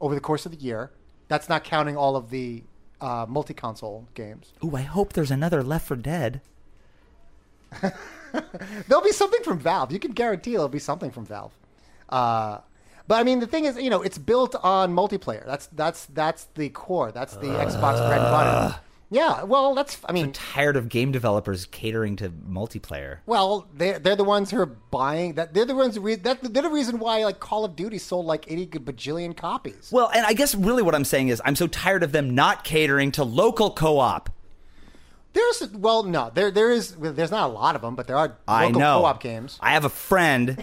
Speaker 2: over the course of the year. That's not counting all of the uh, multi-console games.
Speaker 4: Ooh, I hope there's another Left for Dead.
Speaker 2: There'll be something from Valve. You can guarantee there'll be something from Valve. Uh, but I mean, the thing is, you know, it's built on multiplayer. That's that's that's the core. That's the Xbox bread and butter. Yeah. Well, that's. I mean,
Speaker 4: Tired of game developers catering to multiplayer.
Speaker 2: Well, they're, they're the ones who are buying that. They're the ones who re- that they're the reason why like Call of Duty sold like eighty bajillion copies.
Speaker 4: Well, and I guess really what I'm saying is I'm so tired of them not catering to local co-op.
Speaker 2: There's well, no, there there is well, there's not a lot of them, but there are
Speaker 4: I
Speaker 2: local
Speaker 4: know
Speaker 2: co-op games.
Speaker 4: I have a friend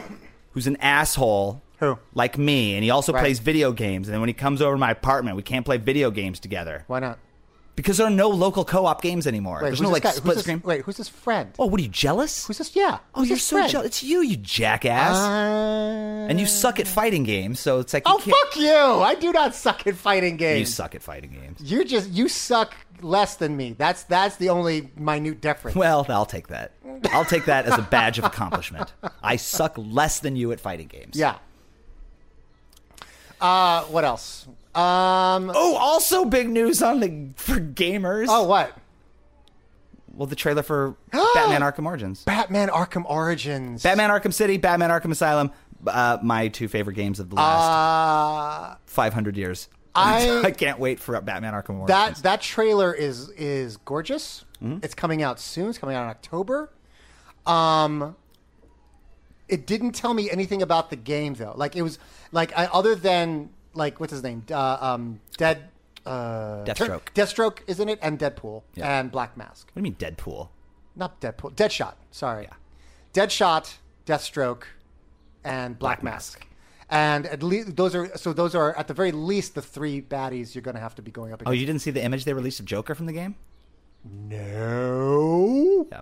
Speaker 4: who's an asshole.
Speaker 2: Who?
Speaker 4: Like me, and he also
Speaker 2: Right.
Speaker 4: plays video games. And then when he comes over to my apartment, we can't play video games together.
Speaker 2: Why not?
Speaker 4: Because there are no local co-op games anymore. There's
Speaker 2: who's
Speaker 4: no
Speaker 2: this
Speaker 4: like
Speaker 2: guy? who's
Speaker 4: split
Speaker 2: this,
Speaker 4: screen.
Speaker 2: Wait, who's this friend?
Speaker 4: Oh, what are you jealous?
Speaker 2: Who's this? Yeah.
Speaker 4: oh,
Speaker 2: who's
Speaker 4: you're
Speaker 2: this
Speaker 4: so
Speaker 2: friend?
Speaker 4: jealous. It's you, you jackass.
Speaker 2: Uh,
Speaker 4: and you suck at fighting games, so it's like you
Speaker 2: oh
Speaker 4: can't-
Speaker 2: fuck you! I do not suck at fighting games.
Speaker 4: You suck at fighting games.
Speaker 2: You're just you suck less than me. That's that's the only minute difference.
Speaker 4: Well, I'll take that. I'll take that as a badge of accomplishment. I suck less than you at fighting games.
Speaker 2: yeah. Uh, what else? Um.
Speaker 4: Oh, also big news on the for gamers.
Speaker 2: Oh, what?
Speaker 4: well, the trailer for Batman Arkham Origins,
Speaker 2: Batman Arkham Origins.
Speaker 4: Batman Arkham City, Batman Arkham Asylum. Uh, my two favorite games of the last
Speaker 2: Uh,
Speaker 4: 500 years.
Speaker 2: I-
Speaker 4: I can't wait for Batman Arkham Origins.
Speaker 2: that that trailer is is gorgeous.
Speaker 4: Mm-hmm.
Speaker 2: It's coming out soon. It's coming out in October. Um, it didn't tell me anything about the game though. Like it was like I, other than like what's his name? Uh, um, Dead. Uh,
Speaker 4: Deathstroke.
Speaker 2: Deathstroke is in it, and Deadpool
Speaker 4: Yeah.
Speaker 2: and Black Mask.
Speaker 4: What do you mean Deadpool?
Speaker 2: not Deadpool, Deadshot. Sorry, Deadshot, Deathstroke, and Black, Mask. And at least those are so those are at the very least the three baddies you're going to have to be going up
Speaker 4: Oh,
Speaker 2: against.
Speaker 4: you didn't see the image they released of Joker from the game?
Speaker 2: no.
Speaker 4: Yeah.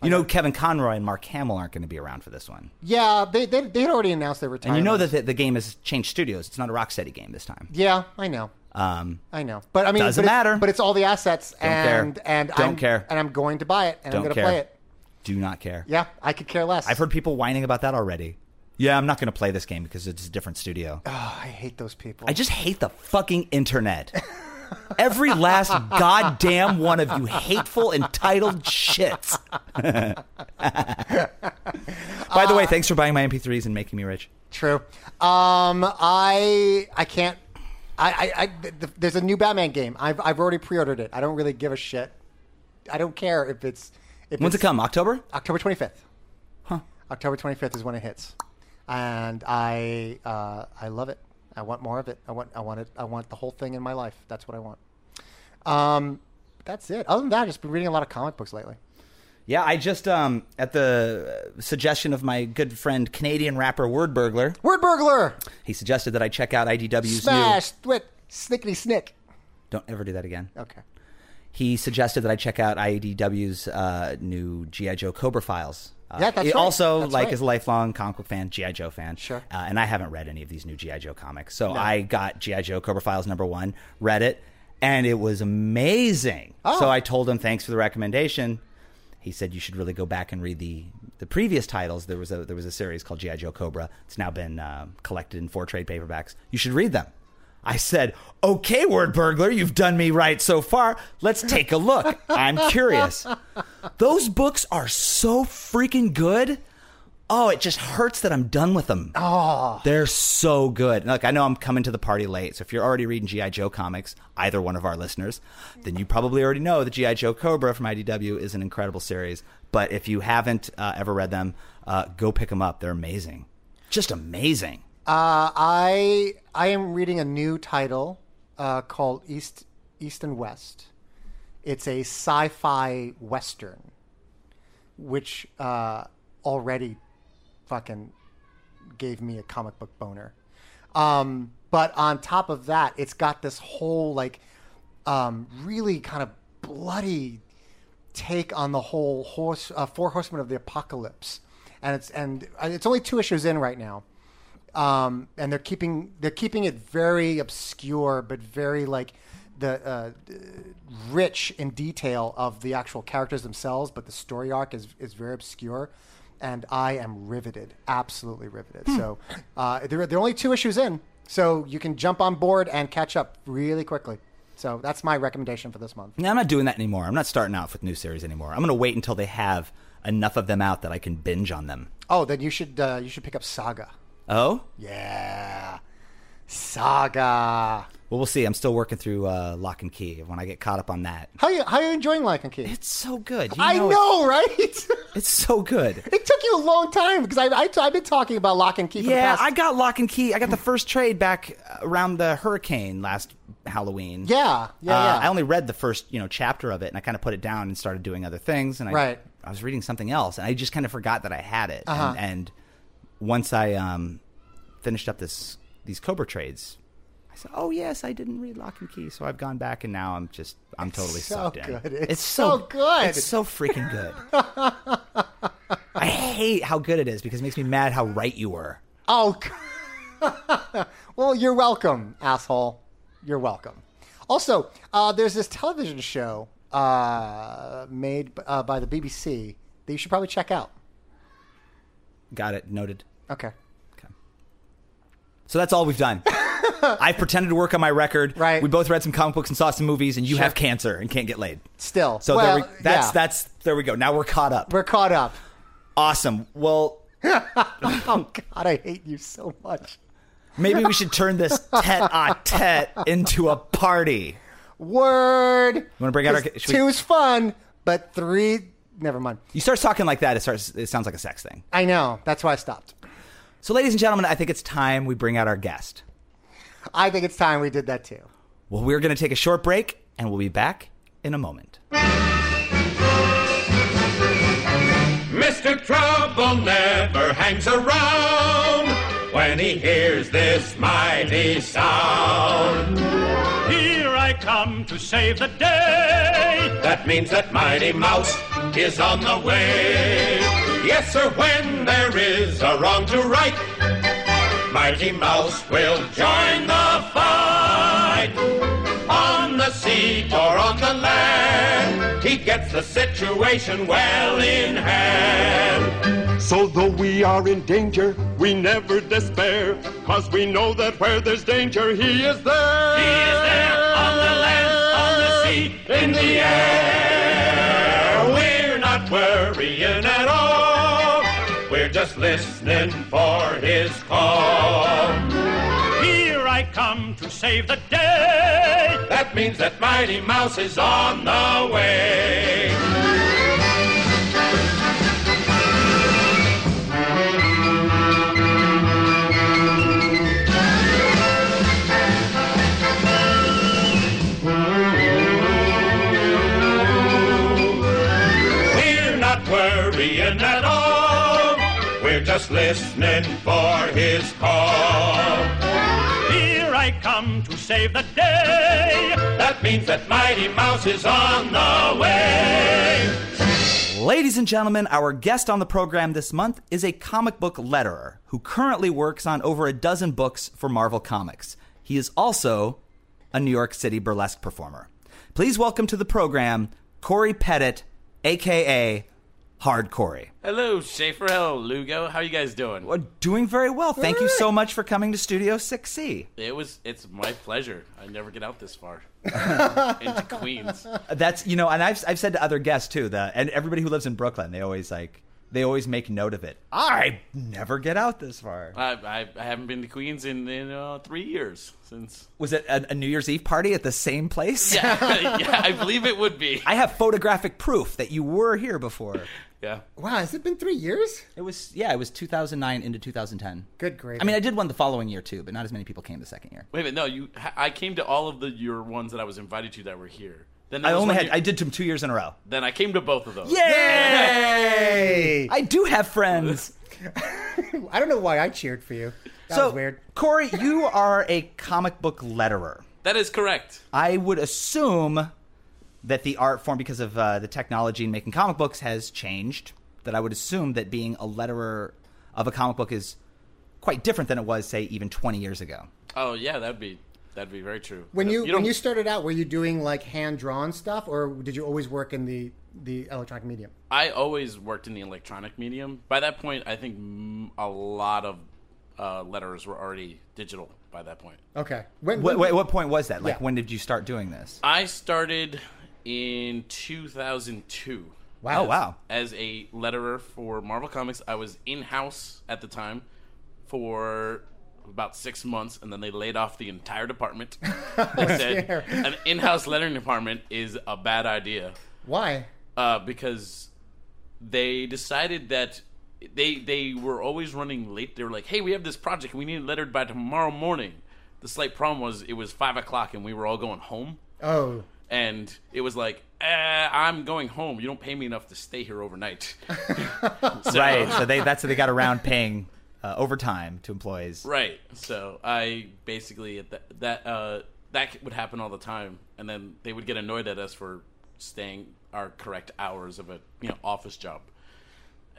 Speaker 4: You know Kevin Conroy and Mark Hamill aren't going to be around for this one.
Speaker 2: Yeah, they they they had already announced their
Speaker 4: And
Speaker 2: retirement.
Speaker 4: you know that the, the game has changed studios. It's not a Rocksteady game this time.
Speaker 2: Yeah, I know.
Speaker 4: Um,
Speaker 2: I know, but I mean,
Speaker 4: Doesn't
Speaker 2: but it's-
Speaker 4: matter.
Speaker 2: But it's all the assets,
Speaker 4: care.
Speaker 2: and and
Speaker 4: Don't
Speaker 2: I'm,
Speaker 4: care.
Speaker 2: and I'm going to buy it, and I'm
Speaker 4: Don't
Speaker 2: going to
Speaker 4: care.
Speaker 2: play it.
Speaker 4: do not care.
Speaker 2: Yeah, I could care less.
Speaker 4: I've heard people whining about that already. Yeah, I'm not going to play this game because it's a different studio.
Speaker 2: Oh, I hate those people.
Speaker 4: I just hate the fucking internet. Every last goddamn one of you hateful, entitled shits. By the way,
Speaker 2: Uh,
Speaker 4: thanks for buying my MP3s and making me rich.
Speaker 2: True. Um, I I can't. I, I, I th- th- there's a new Batman game. I've I've already pre-ordered it. I don't really give a shit. I don't care if it's if
Speaker 4: When's it
Speaker 2: it's
Speaker 4: come? October?
Speaker 2: October 25th. Huh. October 25th is when it hits, and I uh, I love it. I want more of it. I want I want it. I want the whole thing in my life. That's what I want. Um, that's it. Other than that, I've just been reading a lot of comic books lately.
Speaker 4: Yeah, I just um at the uh, suggestion of my good friend Canadian rapper Word Burglar,
Speaker 2: Word burglar.
Speaker 4: he suggested that I check out IDW's
Speaker 2: Smash. Thwip. Snickety snick.
Speaker 4: new. Don't ever do that again.
Speaker 2: Okay.
Speaker 4: He suggested that I check out IDW's uh, new GI Joe Cobra Files. Uh,
Speaker 2: Yeah, that's
Speaker 4: he
Speaker 2: right.
Speaker 4: Also,
Speaker 2: That's
Speaker 4: like,
Speaker 2: right.
Speaker 4: is a lifelong comic book fan, GI Joe fan.
Speaker 2: Sure.
Speaker 4: Uh, and I haven't read any of these new GI Joe comics, so I got GI Joe Cobra Files number one, read it, and it was amazing. So I told him thanks for the recommendation. He said you should really go back and read the the previous titles. There was a there was a series called GI Joe Cobra. It's now been uh, collected in four trade paperbacks. You should read them. I said, "Okay, word burglar, you've done me right so far. Let's take a look. I'm curious." Those books are so freaking good. Oh, it just hurts that I'm done with them. Oh, they're so good. And Look, I know I'm coming to the party late, so if you're already reading GI Joe comics, either one of our listeners, then you probably already know that GI Joe Cobra from IDW is an incredible series. But if you haven't uh, ever read them, uh, go pick them up. They're amazing, just amazing.
Speaker 2: Uh, I I am reading a new title uh, called East East and West. It's a sci-fi western, which uh, already fucking gave me a comic book boner. Um, but on top of that, it's got this whole like um, really kind of bloody take on the whole horse uh, four horsemen of the apocalypse, and it's and uh, it's only two issues in right now um, and they're keeping they're keeping it very obscure, but very like the uh, rich in detail of the actual characters themselves. But the story arc is is very obscure, and I am riveted, absolutely riveted. So uh, there are- there are only two issues in, so you can jump on board and catch up really quickly. So that's my recommendation for this month.
Speaker 4: Now, I'm not doing that anymore. I'm not starting out with new series anymore. I'm going to wait until they have enough of them out that I can binge on them.
Speaker 2: Oh, then you should uh, you should pick up Saga.
Speaker 4: Oh,
Speaker 2: Yeah, Saga.
Speaker 4: well, we'll see. I'm still working through uh, Lock and Key. When I get caught up on that,
Speaker 2: How you how you enjoying Lion King?
Speaker 4: It's so good. You
Speaker 2: I
Speaker 4: it's-
Speaker 2: know, right?
Speaker 4: It's so good.
Speaker 2: It took you a long time because I, I, I've been talking about lock and key for
Speaker 4: Yeah,
Speaker 2: the past.
Speaker 4: I got lock and key. I got the first trade back uh, around the hurricane last Halloween.
Speaker 2: yeah, yeah,
Speaker 4: Uh,
Speaker 2: yeah.
Speaker 4: I only read the first, you know, chapter of it, and I kind of put it down and started doing other things. And I,
Speaker 2: Right. Uh-huh.
Speaker 4: I was reading something else, and I just kind of forgot that I had it. And, and once I um, finished up this these Cobra trades, I said, "Oh yes, I didn't read Lock and Key," so I've gone back, and now I'm just I'm totally
Speaker 2: so
Speaker 4: sucked in.
Speaker 2: good. It's so good.
Speaker 4: It's so freaking good. I hate how good it is because it makes me mad how right you were.
Speaker 2: oh, God. Oh, well, you're welcome, asshole. You're welcome. Also, uh, there's this television show uh, made uh, by the BBC that you should probably check out.
Speaker 4: Got it. Noted.
Speaker 2: Okay.
Speaker 4: Okay. So that's all we've done. I've pretended to work on my record.
Speaker 2: Right.
Speaker 4: We both read some comic books and saw some movies, and you have cancer and can't get laid.
Speaker 2: Still.
Speaker 4: So
Speaker 2: well,
Speaker 4: there we, that's
Speaker 2: yeah.
Speaker 4: that's there we go. Now we're caught up.
Speaker 2: We're caught up.
Speaker 4: awesome. Well,
Speaker 2: Oh, God, I hate you so much.
Speaker 4: maybe we should turn this tete a tete into a party.
Speaker 2: Word.
Speaker 4: wanna bring out our-
Speaker 2: 'Cause
Speaker 4: should we-
Speaker 2: Two's fun, but three. Never mind.
Speaker 4: You start talking like that, it starts. It sounds like a sex thing.
Speaker 2: I know. That's why I stopped.
Speaker 4: So, ladies and gentlemen, I think it's time we bring out our guest.
Speaker 2: I think it's time we did that too.
Speaker 4: Well, we're going to take a short break, and we'll be back in a moment.
Speaker 5: Mr. Trouble never hangs around when he hears this mighty sound.
Speaker 6: Here I come to save the day.
Speaker 5: That means that Mighty Mouse is on the way. Yes, sir, when there is a wrong to right, Mighty Mouse will join the fight. On the sea or on the land, he gets the situation well in hand.
Speaker 6: So though we are in danger, we never despair, cause we know that where there's danger, he is there.
Speaker 5: He is there on the land, on the sea, in the air. We're not worrying at all. We're just listening for his call.
Speaker 6: Here I come to save the day.
Speaker 5: That means that Mighty Mouse is on the way. We're not just listening for his call.
Speaker 7: Here I come to save the day.
Speaker 5: That means that Mighty Mouse is on the way.
Speaker 4: Ladies and gentlemen, our guest on the program this month is a comic book letterer who currently works on over a dozen books for Marvel Comics. He is also a New York City burlesque performer. Please welcome to the program Corey Pettit, aka Hard Corey.
Speaker 8: Hello, Schaefer. Hello, Lugo. How you guys doing?
Speaker 4: We're doing very well. Thank you so much for coming to Studio 6C.
Speaker 8: It was. It's my pleasure. I never get out this far into Queens.
Speaker 4: That's you know, and I've I've said to other guests too that, and everybody who lives in Brooklyn, they always like they always make note of it. I never get out this far.
Speaker 8: I, I, I haven't been to Queens in, in uh, three years since.
Speaker 4: Was it a, a New Year's Eve party at the same place?
Speaker 8: Yeah, yeah, I believe it would be.
Speaker 4: I have photographic proof that you were here before.
Speaker 8: Yeah.
Speaker 9: Wow, has it been three years?
Speaker 4: It was yeah, it was 2009 into 2010.
Speaker 9: Good gravy.
Speaker 4: I mean, I did one the following year too, but not as many people came the second year.
Speaker 8: Wait a minute. No, you. I came to all of the your ones that I was invited to that were here. Then there
Speaker 4: I
Speaker 8: was
Speaker 4: only
Speaker 8: one
Speaker 4: had
Speaker 8: you-
Speaker 4: I did them two years in a row.
Speaker 8: Then I came to both of those.
Speaker 4: Yay! I do have friends.
Speaker 9: I don't know why I cheered for you. That
Speaker 4: so
Speaker 9: was weird.
Speaker 4: Corey, you are a comic book letterer.
Speaker 8: That is correct.
Speaker 4: I would assume that the art form, because of uh, the technology in making comic books, has changed. That I would assume that being a letterer of a comic book is quite different than it was, say, even 20 years ago.
Speaker 8: Oh yeah, that'd be that'd be very true.
Speaker 9: When you, when
Speaker 8: don't-
Speaker 9: you started out, were you doing like hand drawn stuff, or did you always work in the the electronic medium?
Speaker 8: I always worked in the electronic medium. By that point, I think mm, a lot of uh, letters were already digital. By that point,
Speaker 9: Okay. When,
Speaker 4: What, what, what point was that? Like,
Speaker 9: Yeah.
Speaker 4: when did you start doing this?
Speaker 8: I started in 2002. Uh,
Speaker 4: Wow. Oh, wow.
Speaker 8: As a letterer for Marvel Comics, I was in house at the time for about six months, and then they laid off the entire department. They said an in house lettering department is a bad idea
Speaker 9: Why?
Speaker 8: uh, because they decided that they they were always running late. They were like, "Hey, we have this project. We need it lettered by tomorrow morning." The slight problem was it was five o'clock and we were all going home,
Speaker 9: Oh,
Speaker 8: and it was like, eh, "I'm going home. You don't pay me enough to stay here overnight." So-
Speaker 4: Right. So they that's how they got around paying uh, overtime to employees.
Speaker 8: Right. So I basically at that that uh, that would happen all the time, and then they would get annoyed at us for staying our correct hours of a you know office job.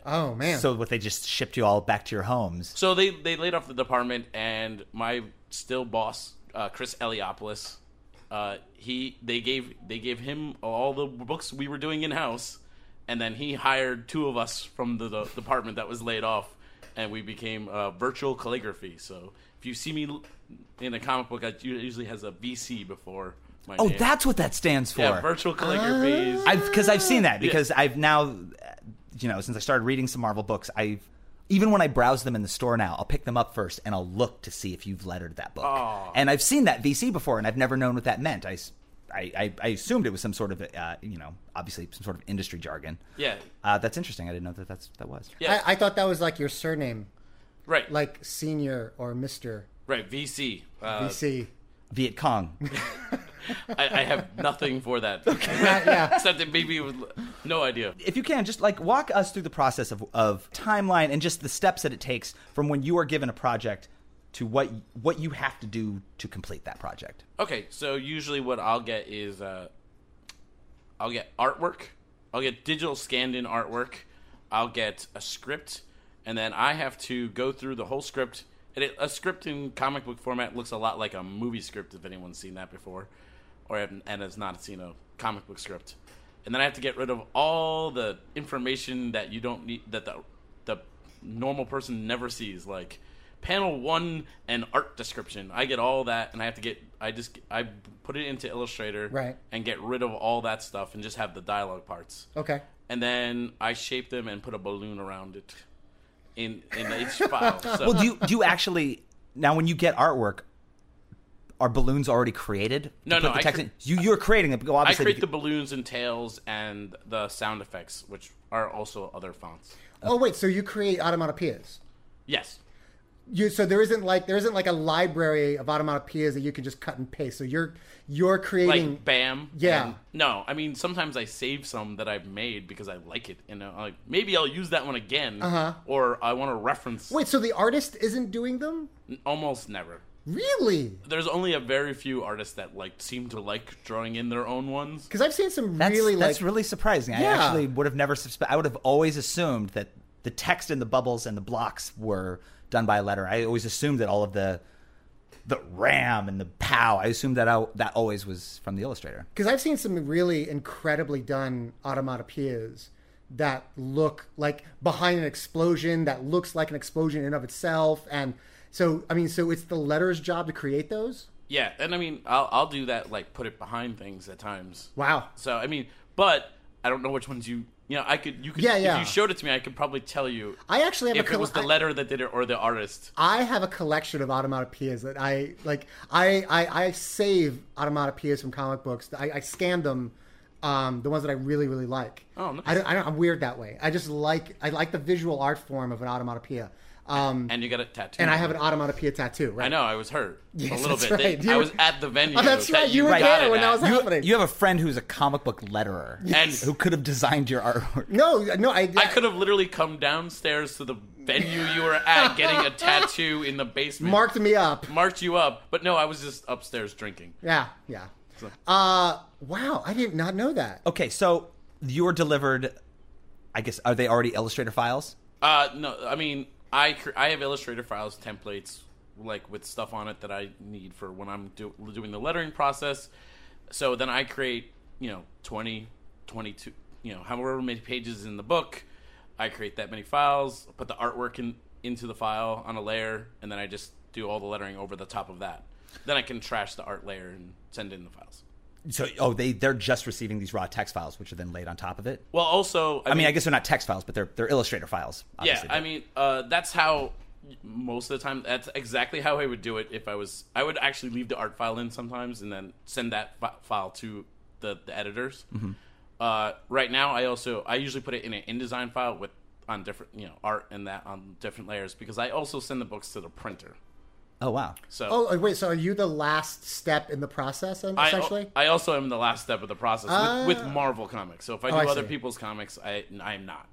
Speaker 9: oh man.
Speaker 4: So what they just shipped you all back to your homes.
Speaker 8: So they they laid off the department, and my still boss, uh, Chris Eliopoulos, uh, he they gave they gave him all the books we were doing in house, and then he hired two of us from the, the department that was laid off, and we became uh, virtual calligraphy. So if you see me l- in a comic book, it usually has a VC before my
Speaker 4: Oh,
Speaker 8: name.
Speaker 4: that's Ah. what that stands for.
Speaker 8: yeah, virtual calligraphy. is-
Speaker 4: I've because I've seen that because I've now, uh, you know, since I started reading some Marvel books, I've even when I browse them in the store now, I'll pick them up first and I'll look to see if you've lettered that book. And I've seen that VC before, and I've never known what that meant. I, s- I- I- I assumed it was some sort of, uh, you know, obviously some sort of industry jargon.
Speaker 8: yeah,
Speaker 4: Uh, that's interesting. I didn't know that that's that was.
Speaker 8: yeah,
Speaker 9: I, I thought that was like your surname,
Speaker 8: right, like
Speaker 9: like senior or Mister
Speaker 8: right, VC. Uh,
Speaker 9: BC.
Speaker 4: Viet Cong.
Speaker 8: I, I have nothing for that
Speaker 9: yeah.
Speaker 8: except that maybe it was no idea.
Speaker 4: if you can, just like walk us through the process of, of timeline and just the steps that it takes from when you are given a project to what what you have to do to complete that project.
Speaker 8: Okay, so usually what I'll get is uh, I'll get artwork, I'll get digital scanned in artwork, I'll get a script, and then I have to go through the whole script. And it, a script in comic book format looks a lot like a movie script if anyone's seen that before, or have- and has not seen a comic book script. And then I have to get rid of all the information that you don't need that the the normal person never sees, like panel one and art description. I get all that, and I have to get. I just I put it into Illustrator,
Speaker 9: Right.
Speaker 8: and get rid of all that stuff and just have the dialogue parts.
Speaker 9: Okay.
Speaker 8: And then I shape them and put a balloon around it in in each file. So
Speaker 4: Well, do you do you actually now when you get artwork, are balloons already created? to
Speaker 8: No,
Speaker 4: put
Speaker 8: no,
Speaker 4: The
Speaker 8: I
Speaker 4: text
Speaker 8: cre-
Speaker 4: in? You you're creating them. Well,
Speaker 8: I
Speaker 4: obviously,
Speaker 8: create
Speaker 4: you
Speaker 8: the balloons and tails and the sound effects, which are also other fonts.
Speaker 9: Oh wait, so you create automatopoeias?
Speaker 8: Yes.
Speaker 2: you so there isn't like there isn't like a library of onomatopoeias that you can just cut and paste. So you're you're creating
Speaker 8: like bam.
Speaker 2: Yeah.
Speaker 8: and- no, I mean sometimes I save some that I've made because I like it, and I'm like maybe I'll use that one again, uh-huh. or I want to reference.
Speaker 2: Wait, so the artist isn't doing them?
Speaker 8: almost never.
Speaker 2: Really?
Speaker 8: There's only a very few artists that like seem to like drawing in their own ones.
Speaker 2: Because I've seen some
Speaker 4: That's
Speaker 2: really like
Speaker 4: that's really surprising. I
Speaker 2: Yeah.
Speaker 4: actually would have never suspe- I would have always assumed that the text and the bubbles and the blocks were done by letter. I always assumed that all of the the ram and the pow. I assumed that I, that always was from the illustrator.
Speaker 2: because I've seen some really incredibly done automatopoeias that look like behind an explosion that looks like an explosion in and of itself. And so I mean, so it's the letter's job to create those.
Speaker 8: Yeah, and I mean I'll I'll do that like put it behind things at times.
Speaker 2: Wow.
Speaker 8: So I mean, but I don't know which ones you. You know, I could you could
Speaker 2: Yeah, yeah.
Speaker 8: if you showed it to me, I could probably tell you
Speaker 2: I actually have a
Speaker 8: if it
Speaker 2: coll-
Speaker 8: was the
Speaker 2: I-
Speaker 8: letter that did it or the artist.
Speaker 2: I have a collection of automatopoeias that I like. I I, I save automatopoeias from comic books. I, I scan them, um, the ones that I really really like.
Speaker 8: Oh, nice.
Speaker 2: I don't, I don't, I'm weird that way. I just like I like the visual art form of an automatopoeia. Um,
Speaker 8: And you got it tattooed.
Speaker 2: and I have an automatopoea tattoo. Right?
Speaker 8: I know I was hurt
Speaker 2: Yes,
Speaker 8: a little
Speaker 2: that's
Speaker 8: bit. They-
Speaker 2: right. You
Speaker 8: I
Speaker 2: were-
Speaker 8: was at the venue.
Speaker 2: Oh, that's
Speaker 8: that
Speaker 2: right, you were
Speaker 8: got
Speaker 2: there
Speaker 8: it
Speaker 2: when that
Speaker 8: at.
Speaker 2: was
Speaker 4: You,
Speaker 2: happening.
Speaker 4: you have a friend who's a comic book letterer
Speaker 8: Yes.
Speaker 4: who could have designed your artwork.
Speaker 2: No, no, I
Speaker 8: I could have literally come downstairs to the venue you were at, getting a tattoo in the basement.
Speaker 2: marked me up.
Speaker 8: marked you up, but no, I was just upstairs drinking.
Speaker 2: Yeah, yeah. Uh, wow, I did not know that.
Speaker 4: Okay, so you were delivered. I guess are they already illustrator files?
Speaker 8: Uh, no, I mean, I cr- I have Illustrator files templates like with stuff on it that I need for when I'm do- doing the lettering process. So then I create, you know, 20, 22, you know, however many pages in the book. I create that many files, put the artwork in into the file on a layer, and then I just do all the lettering over the top of that. Then I can trash the art layer and send in the files.
Speaker 4: So oh, they they're just receiving these raw text files, which are then laid on top of it.
Speaker 8: Well, also,
Speaker 4: I mean, I guess they're not text files, but they're they're illustrator files.
Speaker 8: yeah
Speaker 4: Obviously,
Speaker 8: i mean uh, that's how most of the time that's exactly how i would do it if i was i would actually leave the art file in sometimes and then send that fi- file to the, the editors uh, right now i also i usually put it in an indesign file with on different you know art and that on different layers because i also send the books to the printer
Speaker 4: Oh wow.
Speaker 8: so
Speaker 2: Oh, wait. So are you the last step in the process, then,
Speaker 8: I, oh,
Speaker 2: essentially? Ah.
Speaker 8: I also am the last step of the process with, with marvel comics so if i do
Speaker 2: Oh, I
Speaker 8: other
Speaker 2: see.
Speaker 8: people's comics i i am not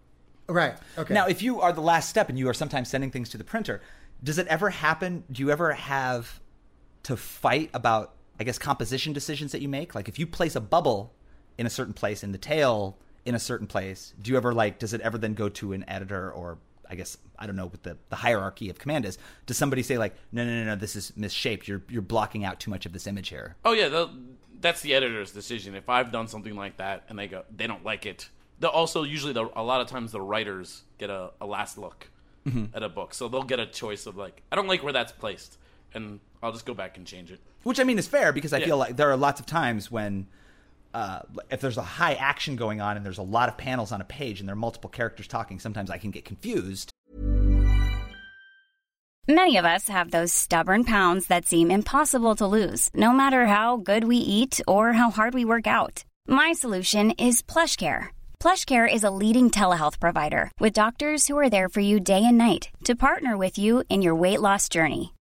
Speaker 2: right. Okay.
Speaker 4: Now, if you are the last step and you are sometimes sending things to the printer, does it ever happen? Do you ever have to fight about, I guess, composition decisions that you make? Like if you place a bubble in a certain place and the tail in a certain place, do you ever like, does it ever then go to an editor or, I guess, I don't know what the, the hierarchy of command is? Does somebody say, like, no, no, no, no, this is misshaped? You're, you're blocking out too much of this image here?
Speaker 8: Oh yeah, they'll- that's the editor's decision. If I've done something like that and they go, they don't like it. They'll also usually the, a lot of times the writers get a, a last look at a book, so they'll get a choice of like, I don't like where that's placed, and I'll just go back and change it.
Speaker 4: which I mean is fair because I
Speaker 8: Yeah.
Speaker 4: feel like there are lots of times when uh, if there's a high action going on and there's a lot of panels on a page and there are multiple characters talking, sometimes I can get confused.
Speaker 1: Many of us have those stubborn pounds that seem impossible to lose, no matter how good we eat or how hard we work out. My solution is PlushCare. PlushCare is a leading telehealth provider with doctors who are there for you day and night to partner with you in your weight loss journey.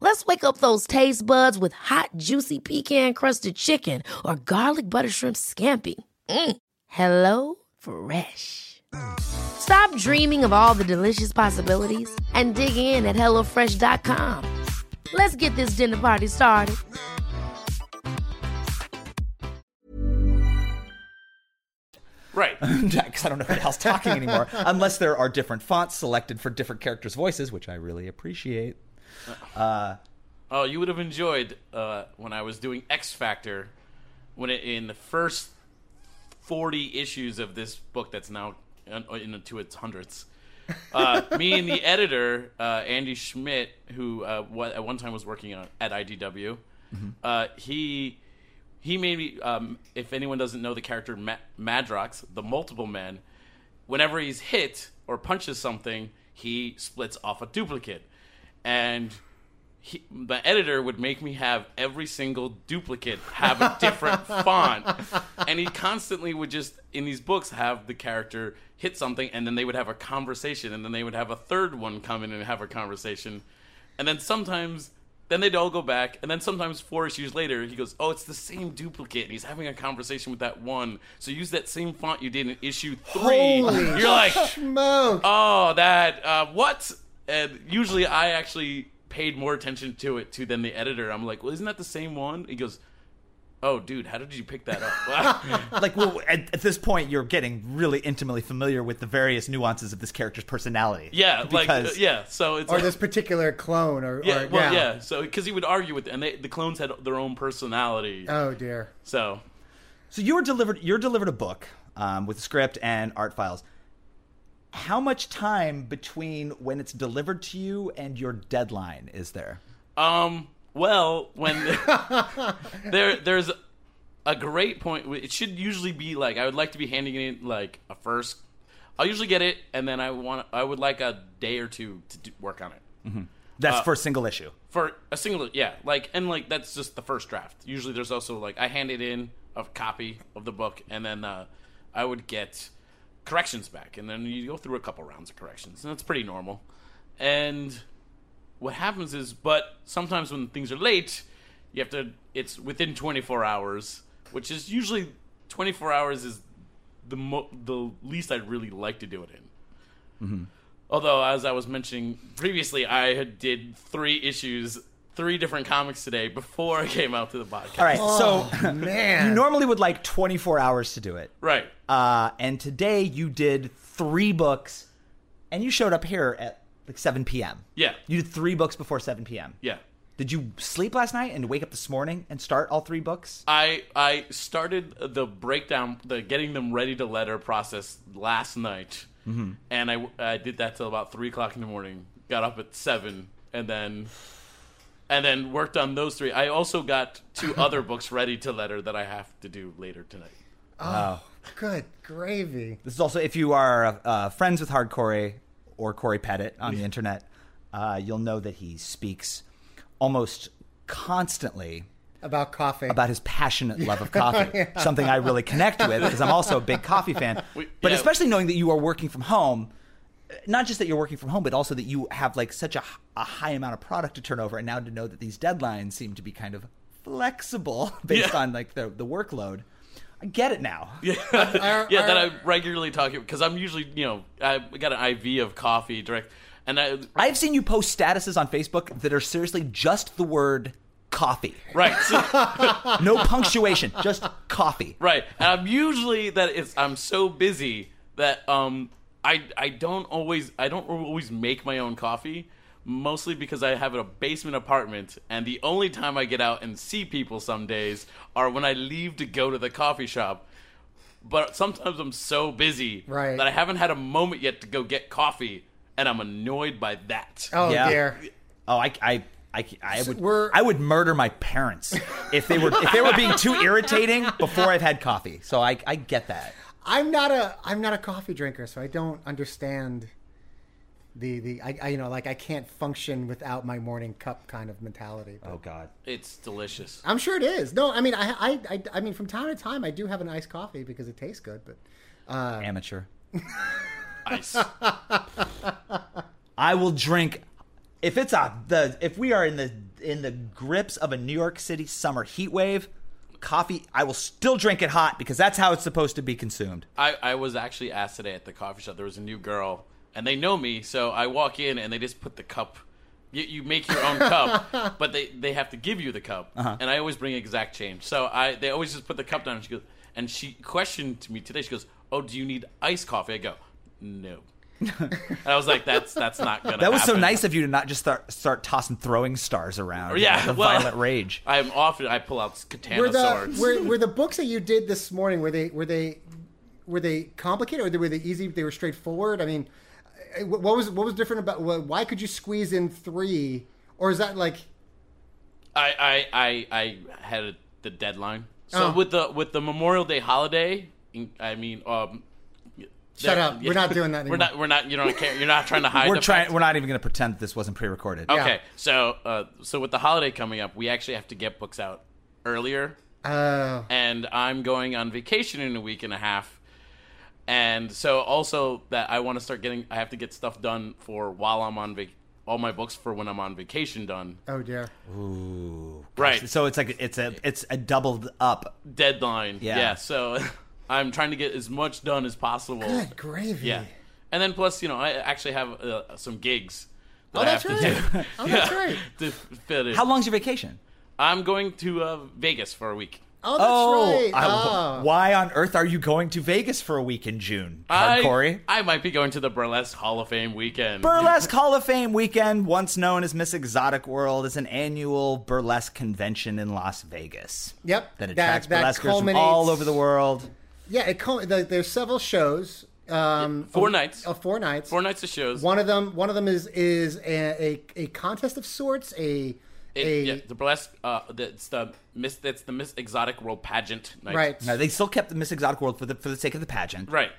Speaker 10: Let's wake up those taste buds with hot, juicy pecan crusted chicken or garlic butter shrimp scampi. Mm. Hello Fresh. Stop dreaming of all the delicious possibilities and dig in at HelloFresh.com. Let's get this dinner party started.
Speaker 8: Right.
Speaker 4: Because I don't know what else talking anymore, unless there are different fonts selected for different characters' voices, which I really appreciate.
Speaker 8: Oh, you would have enjoyed uh, when I was doing X Factor, when it, in the first forty issues of this book that's now in- into its hundredths. Uh, me and the editor uh, Andy Schmidt, who uh, wa- at one time was working on, at IDW, uh, he He made me. Um, if anyone doesn't know the character Ma- Madrox, the multiple man, whenever he's hit or punches something, he splits off a duplicate, and he, the editor would make me have every single duplicate have a different font, and he constantly would just in these books have the character hit something, and then they would have a conversation, and then they would have a third one come in and have a conversation, and then sometimes then they'd all go back, and then sometimes four issues later, he goes, "Oh, it's the same duplicate," and he's having a conversation with that one. So use that same font you did in issue three.
Speaker 9: Holy
Speaker 8: You're like,
Speaker 9: Smoke.
Speaker 8: "Oh, that uh, what?" And usually, I actually paid more attention to it too than the editor. I'm like, "Well, isn't that the same one?" He goes, "Oh, dude, how did you pick that up?"
Speaker 4: like well, at, at this point you're getting really intimately familiar with the various nuances of this character's personality
Speaker 8: yeah, like uh,
Speaker 4: Because-
Speaker 8: yeah. So it's
Speaker 9: or
Speaker 8: like-
Speaker 9: this particular clone, or
Speaker 8: Yeah,
Speaker 9: or,
Speaker 8: well, yeah. So because he would argue with, and they, the clones had their own personality.
Speaker 2: Uh,
Speaker 9: Oh dear.
Speaker 8: so
Speaker 4: so you were delivered you're delivered a book um, with a script and art files how much time between when it's delivered to you and your deadline is there
Speaker 8: Um. Well, when there there's a great point. It should usually be like I would like to be handing it like a first. I'll usually get it, and then I want I would like a day or two to do, work on it Uh,
Speaker 4: that's for a single issue
Speaker 8: for a single. Yeah, like and like that's just the first draft. Usually, there's also like I handed in a copy of the book, and then uh, I would get corrections back, and then you go through a couple rounds of corrections, and that's pretty normal. And what happens is, but sometimes when things are late, you have to. It's within 24 hours, which is usually 24 hours is the mo- the least I'd really like to do it in.
Speaker 4: Mm-hmm.
Speaker 8: Although, as I was mentioning previously, I had did three issues, three different comics today before I came out to the podcast.
Speaker 4: all right so
Speaker 9: Man.
Speaker 4: you normally would like 24 hours to do it
Speaker 8: Right.
Speaker 4: uh, and today you did three books and you showed up here at like 7 p.m
Speaker 8: Yeah.
Speaker 4: you did three books before 7 p.m
Speaker 8: Yeah.
Speaker 4: Did you sleep last night and wake up this morning and start all three books?
Speaker 8: I I started the breakdown, the getting them ready to letter process last night, and I, I did that till about three o'clock in the morning. Got up at seven, and then and then worked on those three. I also got two other books ready to letter that I have to do later tonight.
Speaker 9: Good gravy.
Speaker 4: This is also if you are uh, friends with Hard Corey or Corey Pettit on the internet, uh, you'll know that he speaks almost constantly
Speaker 9: About coffee.
Speaker 4: about his passionate love of coffee, something I really connect with because I'm also a big coffee fan.
Speaker 8: We-
Speaker 4: but
Speaker 8: yeah.
Speaker 4: especially knowing that you are working from home, not just that you're working from home, but also that you have like such a, h- a high amount of product to turn over, and now to know that these deadlines seem to be kind of flexible based
Speaker 8: Yeah.
Speaker 4: on like the, the workload. I get it now. Yeah.
Speaker 8: yeah, that I regularly talk because I'm usually you know I got an IV of coffee direct, and I
Speaker 4: I've seen you post statuses on Facebook that are seriously just the word coffee,
Speaker 8: right so-
Speaker 4: no punctuation, just coffee.
Speaker 8: right, and I'm usually that it's I'm so busy that um I I don't always I don't always make my own coffee. Mostly because I have a basement apartment, and the only time I get out and see people some days are when I leave to go to the coffee shop. But sometimes I'm so busy
Speaker 9: Right.
Speaker 8: that I haven't had a moment yet to go get coffee, and I'm annoyed by that.
Speaker 9: oh
Speaker 4: Yeah.
Speaker 9: dear.
Speaker 4: Oh, I, I, I, I would,
Speaker 9: we're-
Speaker 4: I would murder my parents if they were if they were being too irritating before I've had coffee. So I, I get that.
Speaker 9: I'm not a I'm not a coffee drinker, so I don't understand the the I, I you know like I can't function without my morning cup kind of mentality. But
Speaker 4: Oh God.
Speaker 8: It's delicious.
Speaker 9: I'm sure it is. No, I mean I, I I I mean from time to time I do have an iced coffee because it tastes good, but
Speaker 4: Amateur.
Speaker 8: Ice.
Speaker 4: I will drink if it's a the if we are in the in the grips of a New York City summer heat wave, coffee I will still drink it hot because that's how it's supposed to be consumed.
Speaker 8: I, I was actually asked today at the coffee shop. There was a new girl, and they know me, so I walk in and they just put the cup. You, you make your own cup, but they, they have to give you the cup,
Speaker 4: Uh-huh.
Speaker 8: and I always bring exact change. So I they always just put the cup down. And she goes, and she questioned me today. She goes, "Oh, do you need iced coffee?" I go, "No." and I was like, "That's that's not gonna."
Speaker 4: That was so
Speaker 8: happen."
Speaker 4: nice of you to not just start start tossing throwing stars around.
Speaker 8: Yeah,
Speaker 4: like a
Speaker 8: well-
Speaker 4: violent rage.
Speaker 8: I'm often I pull out katana
Speaker 9: were the
Speaker 8: swords.
Speaker 9: were, were the books that you did this morning were they were they were they complicated or they- were they easy? They were straightforward. I mean, I- what was what was different about wh- why could you squeeze in three? Or is that like
Speaker 8: I, I, I, I had a the deadline. So
Speaker 9: Oh.
Speaker 8: with the with the Memorial Day holiday, in- I mean, um,
Speaker 9: Shut up. We're not doing that
Speaker 8: We're
Speaker 9: anymore.
Speaker 8: not. We're not. You don't care. You're not trying to hide.
Speaker 4: We're
Speaker 8: the
Speaker 4: trying.
Speaker 8: fact-
Speaker 4: We're not even going to pretend that this wasn't pre-recorded.
Speaker 8: Okay. So uh, so with the holiday coming up, we actually have to get books out earlier
Speaker 9: Oh.
Speaker 8: and I'm going on vacation in a week and a half. And so also that I want to start getting I have to get stuff done for while I'm on vac all my books for when I'm on vacation done.
Speaker 9: Oh dear.
Speaker 8: Right.
Speaker 4: So it's like it's a it's a doubled up.
Speaker 8: Deadline.
Speaker 4: Yeah.
Speaker 8: Yeah. so I'm trying to get as much done as possible.
Speaker 9: Good gravy.
Speaker 8: Yeah. And then plus, you know, I actually have uh, some gigs that
Speaker 9: Oh,
Speaker 8: I have
Speaker 9: that's right.
Speaker 8: to do.
Speaker 9: Oh, that's
Speaker 8: Yeah,
Speaker 9: right.
Speaker 8: To fit in.
Speaker 4: How long's your vacation?
Speaker 8: I'm going to uh, Vegas for a week.
Speaker 9: Oh, that's right.
Speaker 4: I-
Speaker 9: Oh.
Speaker 4: why on earth are you going to Vegas for a week in June,
Speaker 8: I-
Speaker 4: Hard Corey?
Speaker 8: I might be going to the Burlesque Hall of Fame weekend.
Speaker 4: Burlesque Hall of Fame weekend, once known as Miss Exotic World, is an annual burlesque convention in Las Vegas.
Speaker 9: Yep,
Speaker 4: That
Speaker 9: that-
Speaker 4: attracts
Speaker 9: that
Speaker 4: burlesquers from
Speaker 9: culminates-
Speaker 4: all over the world.
Speaker 9: Yeah, it co- the, there's several shows. Um,
Speaker 8: Four
Speaker 9: a-
Speaker 8: nights.
Speaker 9: Uh, four nights.
Speaker 8: Four nights of shows.
Speaker 9: One of them. One of them is is a a, a contest of sorts. A
Speaker 8: It-
Speaker 9: a
Speaker 8: yeah, the burlesque. Uh, that's the Miss. That's the Miss Exotic World Pageant night.
Speaker 9: right.
Speaker 4: No, they still kept the Miss Exotic World for the for the sake of the pageant.
Speaker 8: Right.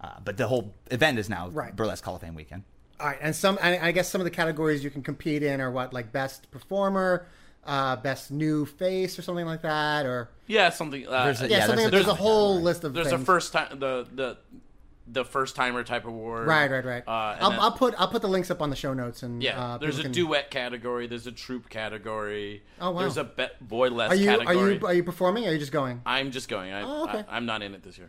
Speaker 4: Uh, but the whole event is now
Speaker 9: Right.
Speaker 4: Burlesque Hall of Fame weekend.
Speaker 9: All right, and some. I, I guess some of the categories you can compete in are what like best performer, uh, best new face, or something like that, or
Speaker 8: Yeah. Something. Uh,
Speaker 4: There's a-
Speaker 9: yeah,
Speaker 4: Yeah,
Speaker 9: something. There's,
Speaker 4: there's a-
Speaker 9: a whole list of.
Speaker 8: there's
Speaker 9: things.
Speaker 8: a first time. The the the first timer type award.
Speaker 9: Right, right, right.
Speaker 8: Uh, and
Speaker 9: I'll,
Speaker 8: then-
Speaker 9: I'll put I'll put the links up on the show notes and
Speaker 8: yeah.
Speaker 9: uh,
Speaker 8: there's a
Speaker 9: people can-
Speaker 8: duet category. There's a troupe category.
Speaker 9: Oh, wow.
Speaker 8: There's a be- boy less
Speaker 9: Are you are
Speaker 8: category.
Speaker 9: you are you performing? Or are you just going?
Speaker 8: I'm just going. I,
Speaker 9: Oh, okay. Oh.
Speaker 8: I, I'm not in it this year,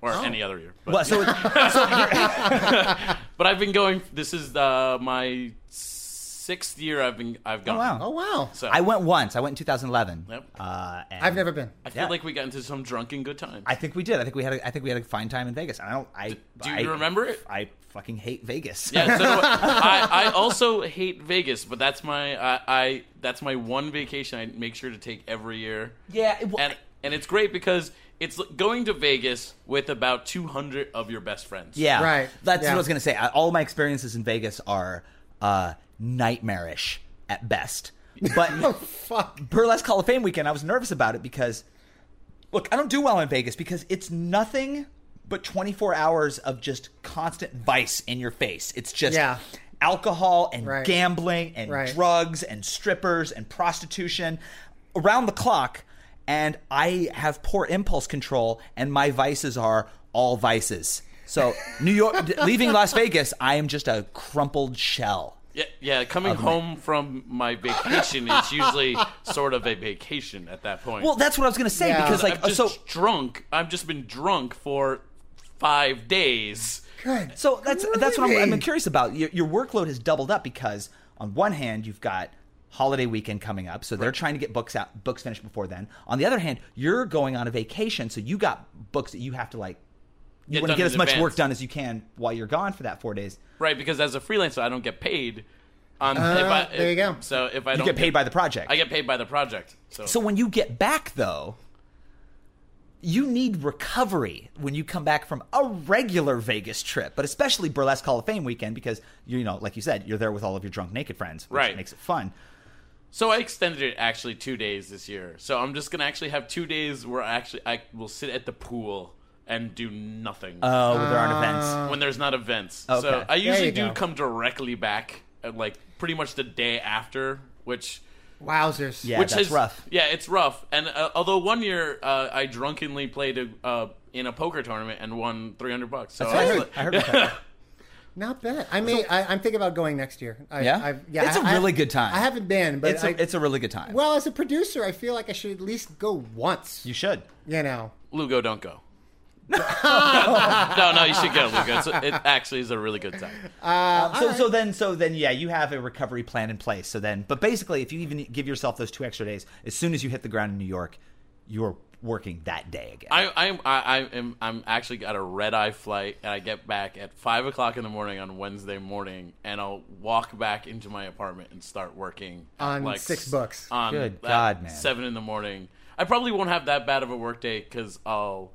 Speaker 8: or any other year. But,
Speaker 4: Well, so oh, it's, so
Speaker 8: but I've been going. This is uh, my sixth year. I've been. I've gone.
Speaker 4: wow.
Speaker 9: Oh wow!
Speaker 8: So
Speaker 4: I went once. I went in 2011.
Speaker 8: Yep.
Speaker 4: Uh, and
Speaker 9: I've never been.
Speaker 8: I feel
Speaker 4: yeah.
Speaker 8: like we got into some drunken good time.
Speaker 4: I think we did. I think we had. A, I think we had a fine time in Vegas. I don't. I
Speaker 8: do you
Speaker 4: I-
Speaker 8: remember it?
Speaker 4: I fucking hate Vegas.
Speaker 8: Yeah, so do I, I I also hate Vegas, but that's my I, I that's my one vacation I make sure to take every year.
Speaker 4: Yeah, it-
Speaker 8: and and it's great because it's like going to Vegas with about two hundred of your best friends.
Speaker 4: Yeah,
Speaker 9: Right.
Speaker 4: That's
Speaker 9: Yeah.
Speaker 4: what I was gonna say. I, all my experiences in Vegas are uh, nightmarish at best. But
Speaker 9: Oh, Fuck.
Speaker 4: burlesque Hall of Fame weekend, I was nervous about it because, look, I don't do well in Vegas because it's nothing but 24 hours of just constant vice in your face. It's just
Speaker 9: Yeah.
Speaker 4: alcohol and
Speaker 9: Right.
Speaker 4: gambling and
Speaker 9: Right.
Speaker 4: drugs and strippers and prostitution around the clock. And I have poor impulse control, and my vices are all vices. So, New York, d- leaving Las Vegas, I am just a crumpled shell.
Speaker 8: yeah, yeah, Coming home from my vacation is usually sort of a vacation at that point.
Speaker 4: Well, that's what I was gonna say
Speaker 9: Yeah.
Speaker 4: because, like, uh,
Speaker 8: I'm just
Speaker 4: so
Speaker 8: drunk. I've just been drunk for five days.
Speaker 9: Good.
Speaker 4: So that's that's what I'm, I'm
Speaker 9: Really?
Speaker 4: curious about. Your, your workload has doubled up because on one hand you've got holiday weekend coming up, so they're trying to get books out, books finished before then. On the other hand, you're going on a vacation, so you got books that you have to like. You
Speaker 8: Get
Speaker 4: want to
Speaker 8: done
Speaker 4: get
Speaker 8: in
Speaker 4: as much work
Speaker 8: advance.
Speaker 4: done as you can while you're gone for that four days.
Speaker 8: Right, because as a freelancer, I don't get paid. On if
Speaker 9: Ah,
Speaker 8: I,
Speaker 9: there you go.
Speaker 8: So if I
Speaker 4: You
Speaker 8: don't
Speaker 4: get paid by the project.
Speaker 8: I get paid by the project. So,
Speaker 4: So when you get back though, you need recovery when you come back from a regular Vegas trip, but especially Burlesque Hall of Fame weekend because you know, like you said, you're there with all of your drunk naked friends, which
Speaker 8: Right.
Speaker 4: makes it fun.
Speaker 8: so I extended it actually two days this year. So I'm just gonna actually have two days where I actually I will sit at the pool and do nothing
Speaker 4: Oh, there aren't events.
Speaker 8: when there's not events.
Speaker 4: okay.
Speaker 8: So I usually
Speaker 9: you
Speaker 8: do
Speaker 9: go.
Speaker 8: come directly back at like pretty much the day after, which
Speaker 9: Wowzers.
Speaker 4: Yeah,
Speaker 8: which
Speaker 4: that's
Speaker 8: is
Speaker 4: rough.
Speaker 8: Yeah, it's rough. And uh, although one year uh, I drunkenly played a, uh, in a poker tournament and won three hundred bucks. So
Speaker 4: I
Speaker 8: I-
Speaker 4: heard, I heard about that.
Speaker 9: Not bad. I may. I, I'm thinking about going next year. I,
Speaker 4: Yeah?
Speaker 9: I've,
Speaker 4: It's a
Speaker 9: a
Speaker 4: really good time.
Speaker 9: I haven't been, but
Speaker 4: It's a,
Speaker 9: I-
Speaker 4: it's a really good time.
Speaker 9: well, as a producer, I feel like I should at least go once.
Speaker 4: you should.
Speaker 9: You know.
Speaker 8: Lugo, don't go. no, no, you should go, Lugo. It's, it actually is a really good time.
Speaker 4: so so then so then yeah, you have a recovery plan in place. So then, but basically, if you even give yourself those two extra days, as soon as you hit the ground in New York, you're working that day again.
Speaker 8: I, I'm, I, I am, I'm actually got a red eye flight, and I get back at five o'clock in the morning on Wednesday morning, and I'll walk back into my apartment and start working at,
Speaker 9: On
Speaker 8: like,
Speaker 9: six
Speaker 8: s-
Speaker 9: books.
Speaker 8: On
Speaker 4: Good
Speaker 8: that
Speaker 4: God, man.
Speaker 8: Seven in the morning. I probably won't have that bad of a work day because I'll.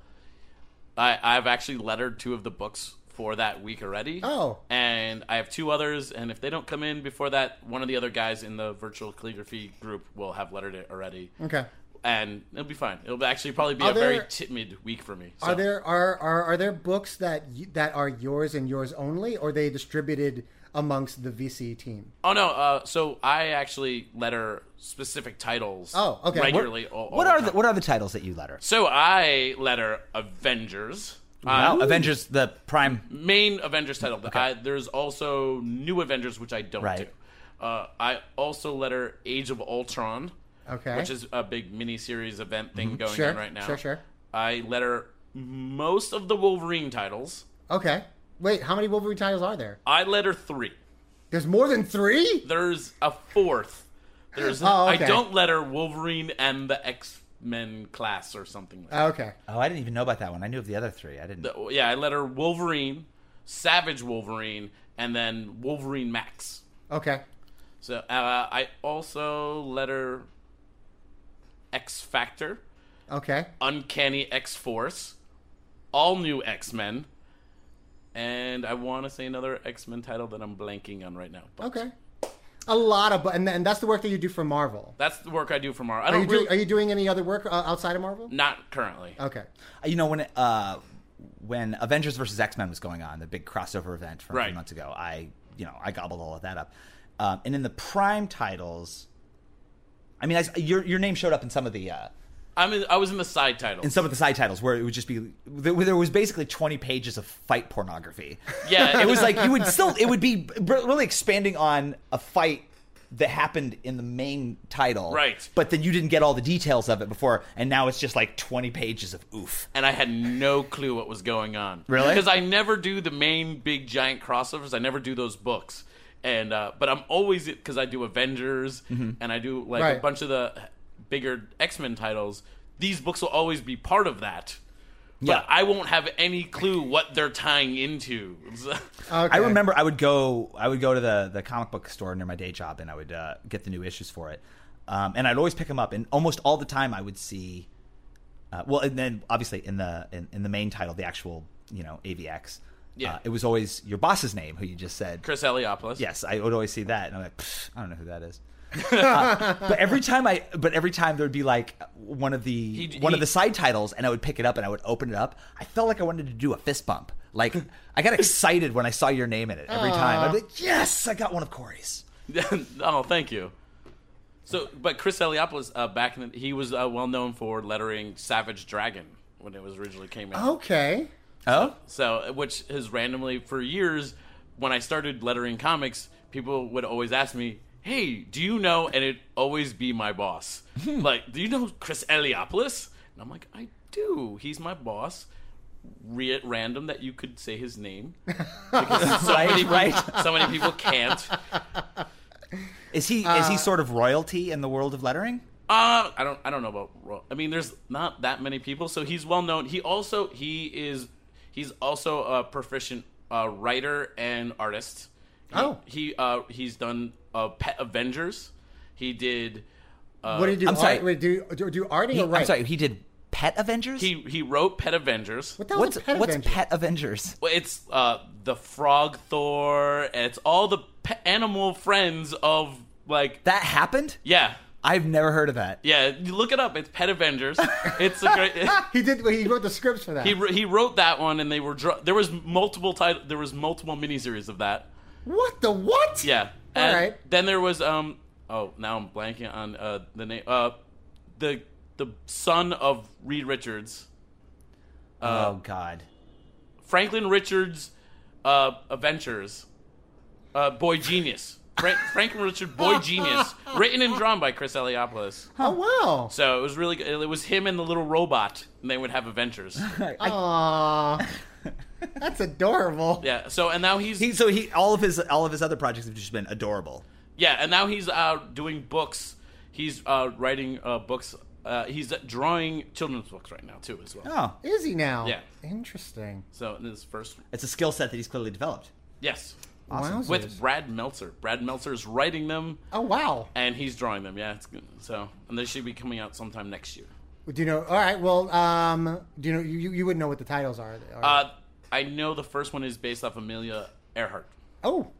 Speaker 8: I, I've actually lettered two of the books for that week already.
Speaker 9: Oh.
Speaker 8: And I have two others, and if they don't come in before that, one of the other guys in the virtual calligraphy group will have lettered it already.
Speaker 9: Okay.
Speaker 8: and it'll be fine. It'll actually probably be
Speaker 9: Are
Speaker 8: a
Speaker 9: there-
Speaker 8: very timid week for me. So.
Speaker 9: Are there are, are are there books that y that are yours and yours only, or are they distributed amongst the VC team?
Speaker 8: Oh no! Uh, so I actually letter specific titles.
Speaker 9: Oh, okay. What-
Speaker 8: Regularly. all- all
Speaker 4: What are
Speaker 8: time.
Speaker 4: the what are the titles that you letter?
Speaker 8: So I letter Avengers.
Speaker 4: Wow,
Speaker 8: Uh,
Speaker 4: Avengers the Prime.
Speaker 8: main Avengers title. but I, there's also New Avengers, which I don't
Speaker 4: Right.
Speaker 8: do. Uh, I also letter Age of Ultron,
Speaker 9: Okay.
Speaker 8: which is a big miniseries event thing
Speaker 4: Mm-hmm.
Speaker 8: going
Speaker 9: Sure,
Speaker 8: on right now.
Speaker 9: sure, sure.
Speaker 8: I letter most of the Wolverine titles.
Speaker 9: Okay. Wait, how many Wolverine titles are there?
Speaker 8: I letter three.
Speaker 9: There's more than three.
Speaker 8: There's a fourth. There's
Speaker 9: Oh, okay.
Speaker 8: I don't letter Wolverine and the X Men class or something like that.
Speaker 9: Okay.
Speaker 4: Oh, I didn't even know about that one. I knew of the other three. I didn't.
Speaker 8: The- yeah, I letter Wolverine, Savage Wolverine, and then Wolverine Max.
Speaker 9: Okay.
Speaker 8: So uh, I also letter X Factor,
Speaker 9: Okay.
Speaker 8: Uncanny X Force, All New X Men, and I want to say another X Men title that I'm blanking on right now. But
Speaker 9: Okay. A lot of, bu- and, and that's the work that you do for Marvel.
Speaker 8: That's the work I do for Marvel. I
Speaker 9: Are
Speaker 8: don't
Speaker 9: you,
Speaker 8: really
Speaker 9: do, are you doing any other work uh, outside of Marvel?
Speaker 8: not currently.
Speaker 9: Okay.
Speaker 4: you know when uh when Avengers versus X Men was going on, the big crossover event from a
Speaker 8: Right.
Speaker 4: few months ago, I you know I gobbled all of that up, um, and in the Prime titles, I mean I s your your name showed up in some of the uh,
Speaker 8: I'm in, I was in the side title.
Speaker 4: in some of the side titles where it would just be there, there was basically twenty pages of fight pornography.
Speaker 8: Yeah,
Speaker 4: it was like you would still it would be br- really expanding on a fight that happened in the main title
Speaker 8: Right.
Speaker 4: but then you didn't get all the details of it before and now it's just like 20 pages of oof
Speaker 8: and I had no clue what was going on.
Speaker 4: Really?
Speaker 8: Because I never do the main big giant crossovers. I never do those books. And uh, but I'm always because I do Avengers
Speaker 4: Mm-hmm.
Speaker 8: and I do like
Speaker 9: Right.
Speaker 8: a bunch of the bigger X Men titles. These books will always be part of that.
Speaker 4: Yeah.
Speaker 8: But I won't have any clue what they're tying into.
Speaker 9: Okay.
Speaker 4: I remember I would go I would go to the the comic book store near my day job and I would uh, get the new issues for it, um, and I'd always pick them up. And almost all the time I would see, uh, well, and then obviously in the in, in the main title, the actual you know AVX,
Speaker 8: Yeah.
Speaker 4: uh, it was always your boss's name who you just said.
Speaker 8: Chris Eliopoulos.
Speaker 4: Yes, I would always see that, and I'm like, "Pfft, I don't know who that is. Uh, but every time I, but every time there would be like one of the
Speaker 8: He-
Speaker 4: one of
Speaker 8: he-
Speaker 4: the side titles, and I would pick it up and I would open it up. I felt like I wanted to do a fist bump. Like I got excited when I saw your name in it every time. I'd be like, yes, I got one of Corey's.
Speaker 8: oh, thank you. So, but Chris Eliopoulos uh, back in the, he was uh, well known for lettering Savage Dragon when it was originally came out.
Speaker 9: Okay.
Speaker 4: Oh,
Speaker 8: So, uh, which has randomly for years, when I started lettering comics, people would always ask me, "Hey, do you know?" And it'd always be my boss.
Speaker 4: Hmm.
Speaker 8: like, do you know Chris Eliopoulos? And I'm like, I do. He's my boss. Re- at random that you could say his name. Because so, many,
Speaker 4: right.
Speaker 8: so many people can't.
Speaker 4: Is he is he sort of royalty in the world of lettering?
Speaker 8: Uh, I don't. I don't know about. Ro- I mean, there's not that many people, so he's well known. He also he is he's also a proficient uh, writer and artist. He,
Speaker 9: Oh.
Speaker 8: he uh, he's done uh, Pet Avengers. He did.
Speaker 9: what do you do?
Speaker 4: Uh, I'm sorry.
Speaker 9: Art, wait, do, do do arting
Speaker 4: He-
Speaker 9: or writing?
Speaker 4: I'm sorry, he did Pet Avengers.
Speaker 8: He he wrote Pet Avengers.
Speaker 9: What the hell
Speaker 4: what's
Speaker 9: is Pet
Speaker 4: what's
Speaker 9: Avenger?
Speaker 4: Pet Avengers?
Speaker 8: Well, It's uh the Frog Thor. and It's all the pe- animal friends of like
Speaker 4: That happened.
Speaker 8: yeah
Speaker 4: I've never heard of that.
Speaker 8: yeah. You look it up. It's Pet Avengers. It's a great.
Speaker 9: Ah, He did. He wrote the scripts for that.
Speaker 8: He, wr- he wrote that one, and they were dr- there was multiple title there was multiple miniseries of that.
Speaker 9: what the what?
Speaker 8: Yeah.
Speaker 9: All
Speaker 8: And
Speaker 9: right.
Speaker 8: Then there was um oh now I'm blanking on uh the name uh the the son of Reed Richards
Speaker 4: oh God.
Speaker 8: Franklin Richards uh Adventures uh Boy Genius Fra- Franklin Richard Boy Genius written and drawn by Chris Eliopoulos.
Speaker 9: Oh wow.
Speaker 8: So it was really good. It was him and the little robot, and they would have adventures.
Speaker 9: Aw. That's adorable.
Speaker 8: yeah. So and now he's
Speaker 4: He, so he all of his all of his other projects have just been adorable.
Speaker 8: Yeah, and now he's uh, doing books. He's uh, writing uh, books. Uh, he's drawing children's books right now too, as well.
Speaker 4: Oh,
Speaker 9: Is he now?
Speaker 8: Yeah.
Speaker 9: Interesting.
Speaker 8: So in his first,
Speaker 4: it's a skill set that he's clearly developed.
Speaker 8: yes,
Speaker 9: Wowzers.
Speaker 8: with Brad Meltzer. Brad Meltzer is writing them
Speaker 9: oh wow.
Speaker 8: and he's drawing them. Yeah, it's good. so and they should be coming out sometime next year.
Speaker 9: Do you know? All right. Well, um, do you know? You, you wouldn't know what the titles are. are-
Speaker 8: Uh, I know the first one is based off Amelia Earhart.
Speaker 9: oh,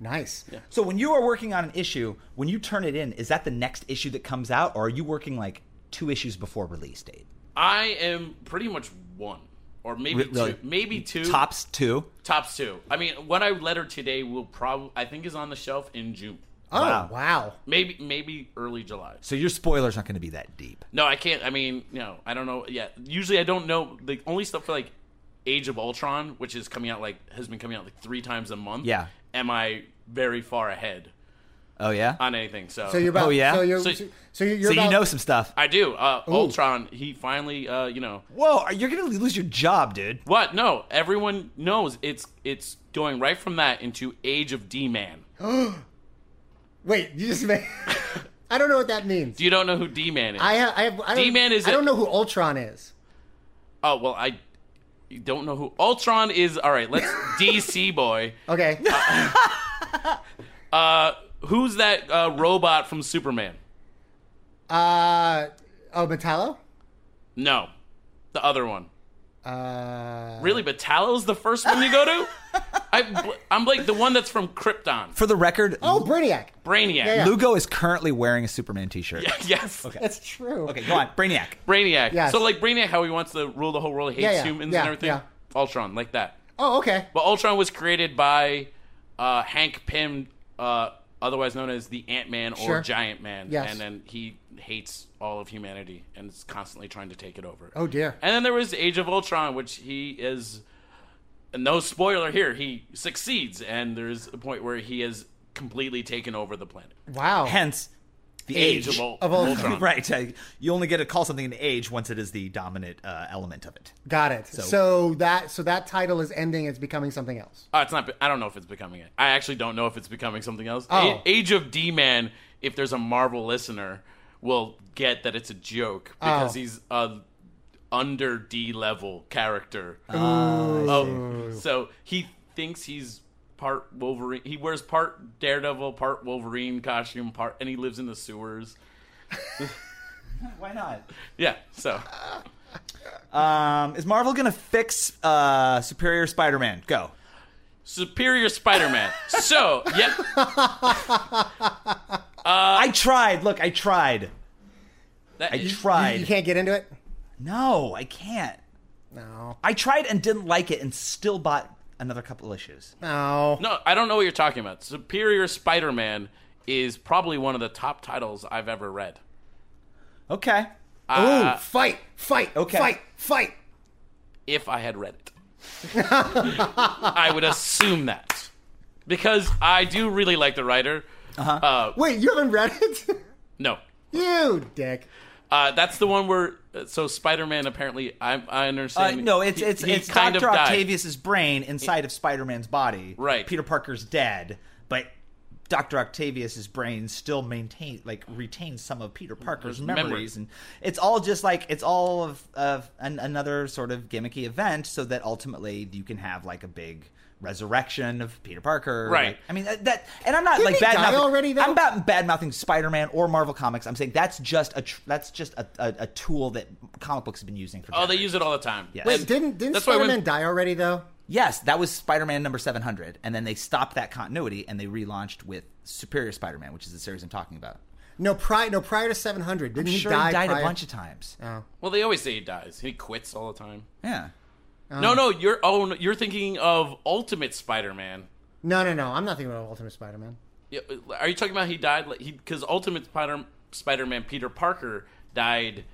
Speaker 9: nice.
Speaker 4: So when you are working on an issue, when you turn it in, is that the next issue that comes out, or are you working like two issues before release date.
Speaker 8: I am pretty much one, or maybe
Speaker 4: Re- really?
Speaker 8: two, maybe two
Speaker 11: Tops two.
Speaker 8: Tops two. I mean, what I letter today will probably I think is on the shelf in June,
Speaker 2: Oh,
Speaker 4: Wow.
Speaker 2: wow.
Speaker 8: maybe maybe early July.
Speaker 4: So your spoilers aren't going to be that deep.
Speaker 8: No, I can't. I mean, no, I don't know. Yeah, usually I don't know the only stuff for like Age of Ultron, which is coming out like has been coming out like three times a month.
Speaker 4: Yeah.
Speaker 8: am I very far ahead
Speaker 4: Oh yeah.
Speaker 8: on anything? So,
Speaker 2: So you're about.
Speaker 4: Oh, yeah?
Speaker 2: So you're.
Speaker 8: So-
Speaker 2: So, you're,
Speaker 4: so
Speaker 2: about,
Speaker 4: you know some stuff.
Speaker 8: I do. Uh, Ultron, he finally, uh, you know,
Speaker 4: Whoa, are- you're going to lose your job, dude.
Speaker 8: What? No, everyone knows it's it's going right from that into Age of D Man.
Speaker 2: Wait, you just made. I don't know what that means.
Speaker 8: Do you don't know who D Man is?
Speaker 2: I have. I have. I don't,
Speaker 8: D-Man is
Speaker 2: I
Speaker 8: a-
Speaker 2: don't know who Ultron is.
Speaker 8: oh well, I you don't know who Ultron is. All right, let's DC boy.
Speaker 2: Okay.
Speaker 8: Who's that uh, robot from Superman?
Speaker 2: Uh. Oh, Metallo.
Speaker 8: No, the other one.
Speaker 2: Uh.
Speaker 8: Really, Metallo's the first one you go to. I, I'm like the one that's from Krypton.
Speaker 4: For the record,
Speaker 2: Oh, Brainiac.
Speaker 8: Brainiac.
Speaker 2: yeah.
Speaker 4: Lugo is currently wearing a Superman t-shirt.
Speaker 8: yes.
Speaker 2: That's true.
Speaker 4: Okay, go on. Brainiac.
Speaker 8: Brainiac.
Speaker 2: Yes.
Speaker 8: So like Brainiac, how he wants to rule the whole world, hates
Speaker 2: Yeah, yeah,
Speaker 8: humans
Speaker 2: yeah,
Speaker 8: and everything.
Speaker 2: yeah.
Speaker 8: Ultron, like that.
Speaker 2: Oh, okay.
Speaker 8: But Ultron was created by uh, Hank Pym, uh, otherwise known as the Ant Man or
Speaker 2: Sure.
Speaker 8: Giant Man.
Speaker 2: Yes.
Speaker 8: And then he hates all of humanity and is constantly trying to take it over.
Speaker 2: Oh dear.
Speaker 8: And then there was Age of Ultron, which he is. No spoiler here. He succeeds, and there's a point where he has completely taken over the planet.
Speaker 2: Wow.
Speaker 4: Hence, the age,
Speaker 8: Age of Ul-
Speaker 2: Of Ultron.
Speaker 4: Right. uh, You only get to call something an age once it is the dominant uh, element of it.
Speaker 2: Got it. So,
Speaker 4: So-
Speaker 2: that so that title is ending. It's becoming something else.
Speaker 8: Oh, it's not. I don't know if it's becoming it. I actually don't know if it's becoming something else.
Speaker 2: Oh.
Speaker 8: A- Age of D Man. If there's a Marvel listener, will get that it's a joke because
Speaker 2: Oh.
Speaker 8: he's a under D level character. Oh, so he thinks he's part Wolverine. He wears part Daredevil, part Wolverine costume, part, and he lives in the sewers.
Speaker 4: Why not?
Speaker 8: Yeah. So
Speaker 4: Um, is Marvel going to fix uh, Superior Spider-Man? Go.
Speaker 8: Superior Spider Man. so yeah.
Speaker 4: I tried. Look, I tried.
Speaker 8: That,
Speaker 4: I
Speaker 2: Uh, You, you
Speaker 4: tried.
Speaker 2: can't get into it.
Speaker 4: No, I can't.
Speaker 2: No.
Speaker 4: I tried and didn't like it and still bought another couple issues.
Speaker 2: No.
Speaker 8: No, I don't know what you're talking about. Superior Spider Man is probably one of the top titles I've ever read.
Speaker 4: Okay.
Speaker 2: Ooh, fight, fight,
Speaker 4: Okay.
Speaker 2: fight, fight.
Speaker 8: If I had read it, I would assume that. Because I do really like the writer.
Speaker 2: Wait, you haven't read it?
Speaker 8: No.
Speaker 2: you dick.
Speaker 8: Uh, that's the one where. uh, So Spider Man apparently, I, I
Speaker 4: Uh,
Speaker 8: understand.
Speaker 4: no, it's
Speaker 8: he-
Speaker 4: it's
Speaker 8: he
Speaker 4: it's
Speaker 8: kind of
Speaker 4: Doctor
Speaker 8: died.
Speaker 4: Octavius's brain inside of Spider-Man's body.
Speaker 8: Right.
Speaker 4: Peter Parker's dead, but Doctor Octavius's brain still maintain like retains some of Peter Parker's
Speaker 8: memories.
Speaker 4: memories, and it's all just like it's all of of an, another sort of gimmicky event, so that ultimately you can have like a big resurrection of Peter Parker.
Speaker 8: Right.
Speaker 4: Like, I mean that, that- and I'm not like
Speaker 2: he die
Speaker 4: bad mouthing.
Speaker 2: already, though?
Speaker 4: I'm about bad mouthing Spider-Man or Marvel Comics. I'm saying that's just a tr- that's just a, a, a tool that comic books have been using for.
Speaker 8: Oh, they
Speaker 4: generations.
Speaker 8: use it all the time.
Speaker 4: Yes.
Speaker 2: Wait, didn't didn't
Speaker 8: That's why when-
Speaker 2: Spider-Man die already though?
Speaker 4: Yes, that was Spider-Man number 700, and then they stopped that continuity and they relaunched with Superior Spider-Man, which is the series I'm talking about.
Speaker 2: No, prior no prior to 700. Didn't
Speaker 4: sure,
Speaker 2: he die
Speaker 4: he died
Speaker 2: prior- Oh.
Speaker 4: a bunch of times.
Speaker 8: Well, they always say he dies. He quits all the time.
Speaker 4: Yeah.
Speaker 2: Uh-huh.
Speaker 8: no, no, you're oh, no, you're thinking of Ultimate Spider Man.
Speaker 2: No, no, no. I'm not thinking about Ultimate Spider-Man.
Speaker 8: Yeah, are you talking about he died? Like, he because Ultimate Spider Spider-Man Peter Parker died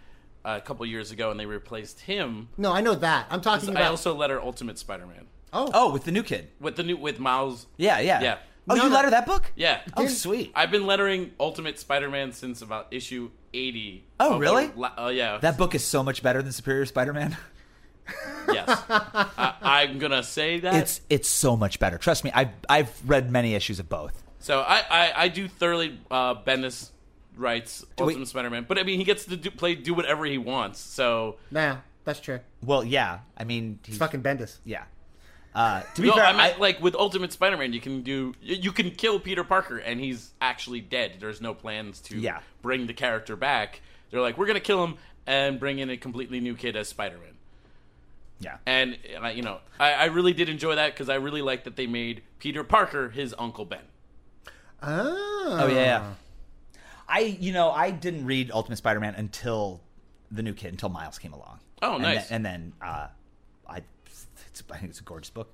Speaker 8: uh, a couple years ago, and they replaced him.
Speaker 2: No, I know that. I'm talking
Speaker 8: I
Speaker 2: about
Speaker 8: also let her Ultimate Spider-Man
Speaker 4: Oh, with the new kid.
Speaker 8: with the new with Miles.
Speaker 4: Yeah, yeah.
Speaker 8: Yeah.
Speaker 4: Oh,
Speaker 2: No,
Speaker 4: you
Speaker 2: no.
Speaker 4: let her that book?
Speaker 8: Yeah.
Speaker 4: Oh, sweet.
Speaker 8: I've been lettering Ultimate Spider-Man since about issue eighty.
Speaker 4: Oh,
Speaker 8: of
Speaker 4: really?
Speaker 8: the la- Oh, yeah.
Speaker 4: that book is so much better than Superior Spider-Man.
Speaker 8: yes. I, I'm gonna say that.
Speaker 4: It's it's so much better. Trust me, I've I've read many issues of both.
Speaker 8: So I, I, I do thoroughly uh, Bendis writes
Speaker 4: we-
Speaker 8: Ultimate Spider-Man, but I mean he gets to do, play do whatever he wants. So
Speaker 2: Nah, that's true.
Speaker 4: Well, yeah. I mean, he's,
Speaker 2: It's fucking Bendis.
Speaker 4: yeah. Uh, to be
Speaker 8: no,
Speaker 4: fair,
Speaker 8: I meant like with Ultimate Spider-Man, you can do you you can kill Peter Parker and he's actually dead. There's no plans to
Speaker 4: Yeah.
Speaker 8: bring the character back. They're like, we're gonna kill him and bring in a completely new kid as Spider-Man.
Speaker 4: yeah.
Speaker 8: And uh, you know, I, I really did enjoy that because I really liked that they made Peter Parker his Uncle Ben.
Speaker 2: Oh.
Speaker 4: Oh yeah, yeah.
Speaker 12: I you know I didn't read Ultimate Spider-Man until the new kid until Miles came along.
Speaker 8: Oh,
Speaker 12: And
Speaker 8: nice.
Speaker 12: then- and then uh, I, it's, I think it's a gorgeous book.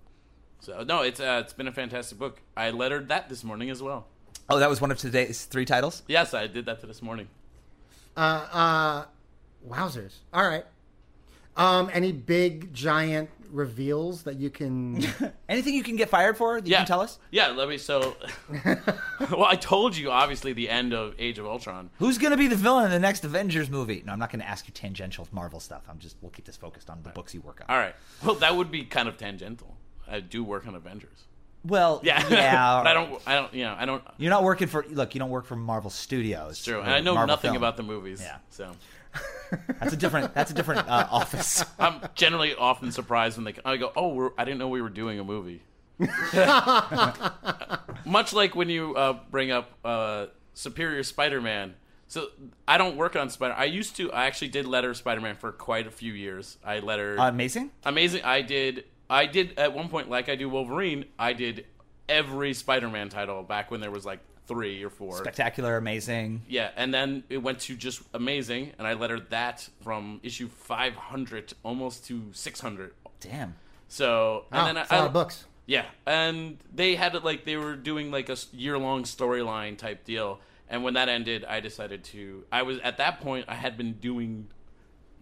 Speaker 8: So no, it's uh, it's been a fantastic book. I lettered that this morning as well.
Speaker 12: Oh, that was one of today's three titles.
Speaker 8: Yes, I did that this morning.
Speaker 2: Uh, uh, wowzers. All right. Um, any big giant reveals that you can?
Speaker 12: Anything you can get fired for? You can tell us.
Speaker 8: Yeah, let me. So, well, I told you obviously the end of Age of Ultron.
Speaker 12: Who's going to be the villain in the next Avengers movie? No, I'm not going to ask you tangential Marvel stuff. I'm just we'll keep this focused on the books you work on.
Speaker 8: All right. Well, that would be kind of tangential. I do work on Avengers.
Speaker 12: Well,
Speaker 8: Yeah.
Speaker 12: yeah.
Speaker 8: but I don't. I don't. You know. I don't.
Speaker 12: You're not working for look. You don't work for Marvel Studios. uh, It's
Speaker 8: True. And I know nothing about the movies.
Speaker 12: Yeah.
Speaker 8: So
Speaker 12: That's a different. That's a different uh, office.
Speaker 8: I'm generally often surprised when they. I go, oh, we're, I didn't know we were doing a movie. Much like when you uh, bring up uh, Superior Spider-Man. So I don't work on Spider. I used to. I actually did letter Spider-Man for quite a few years. I lettered
Speaker 12: Amazing.
Speaker 8: amazing. I did. I did at one point, like I do Wolverine. I did every Spider-Man title back when there was like three or four.
Speaker 12: Spectacular. Amazing.
Speaker 8: Yeah, and then it went to just amazing, and I lettered that from issue 500 almost to 600.
Speaker 12: Damn.
Speaker 8: So, and
Speaker 2: Wow,
Speaker 8: then I,
Speaker 2: it's a lot
Speaker 8: I-
Speaker 2: of Ah, books.
Speaker 8: Yeah, and they had it like they were doing like a year long storyline type deal, and when that ended, I decided to. I was at that point I had been doing,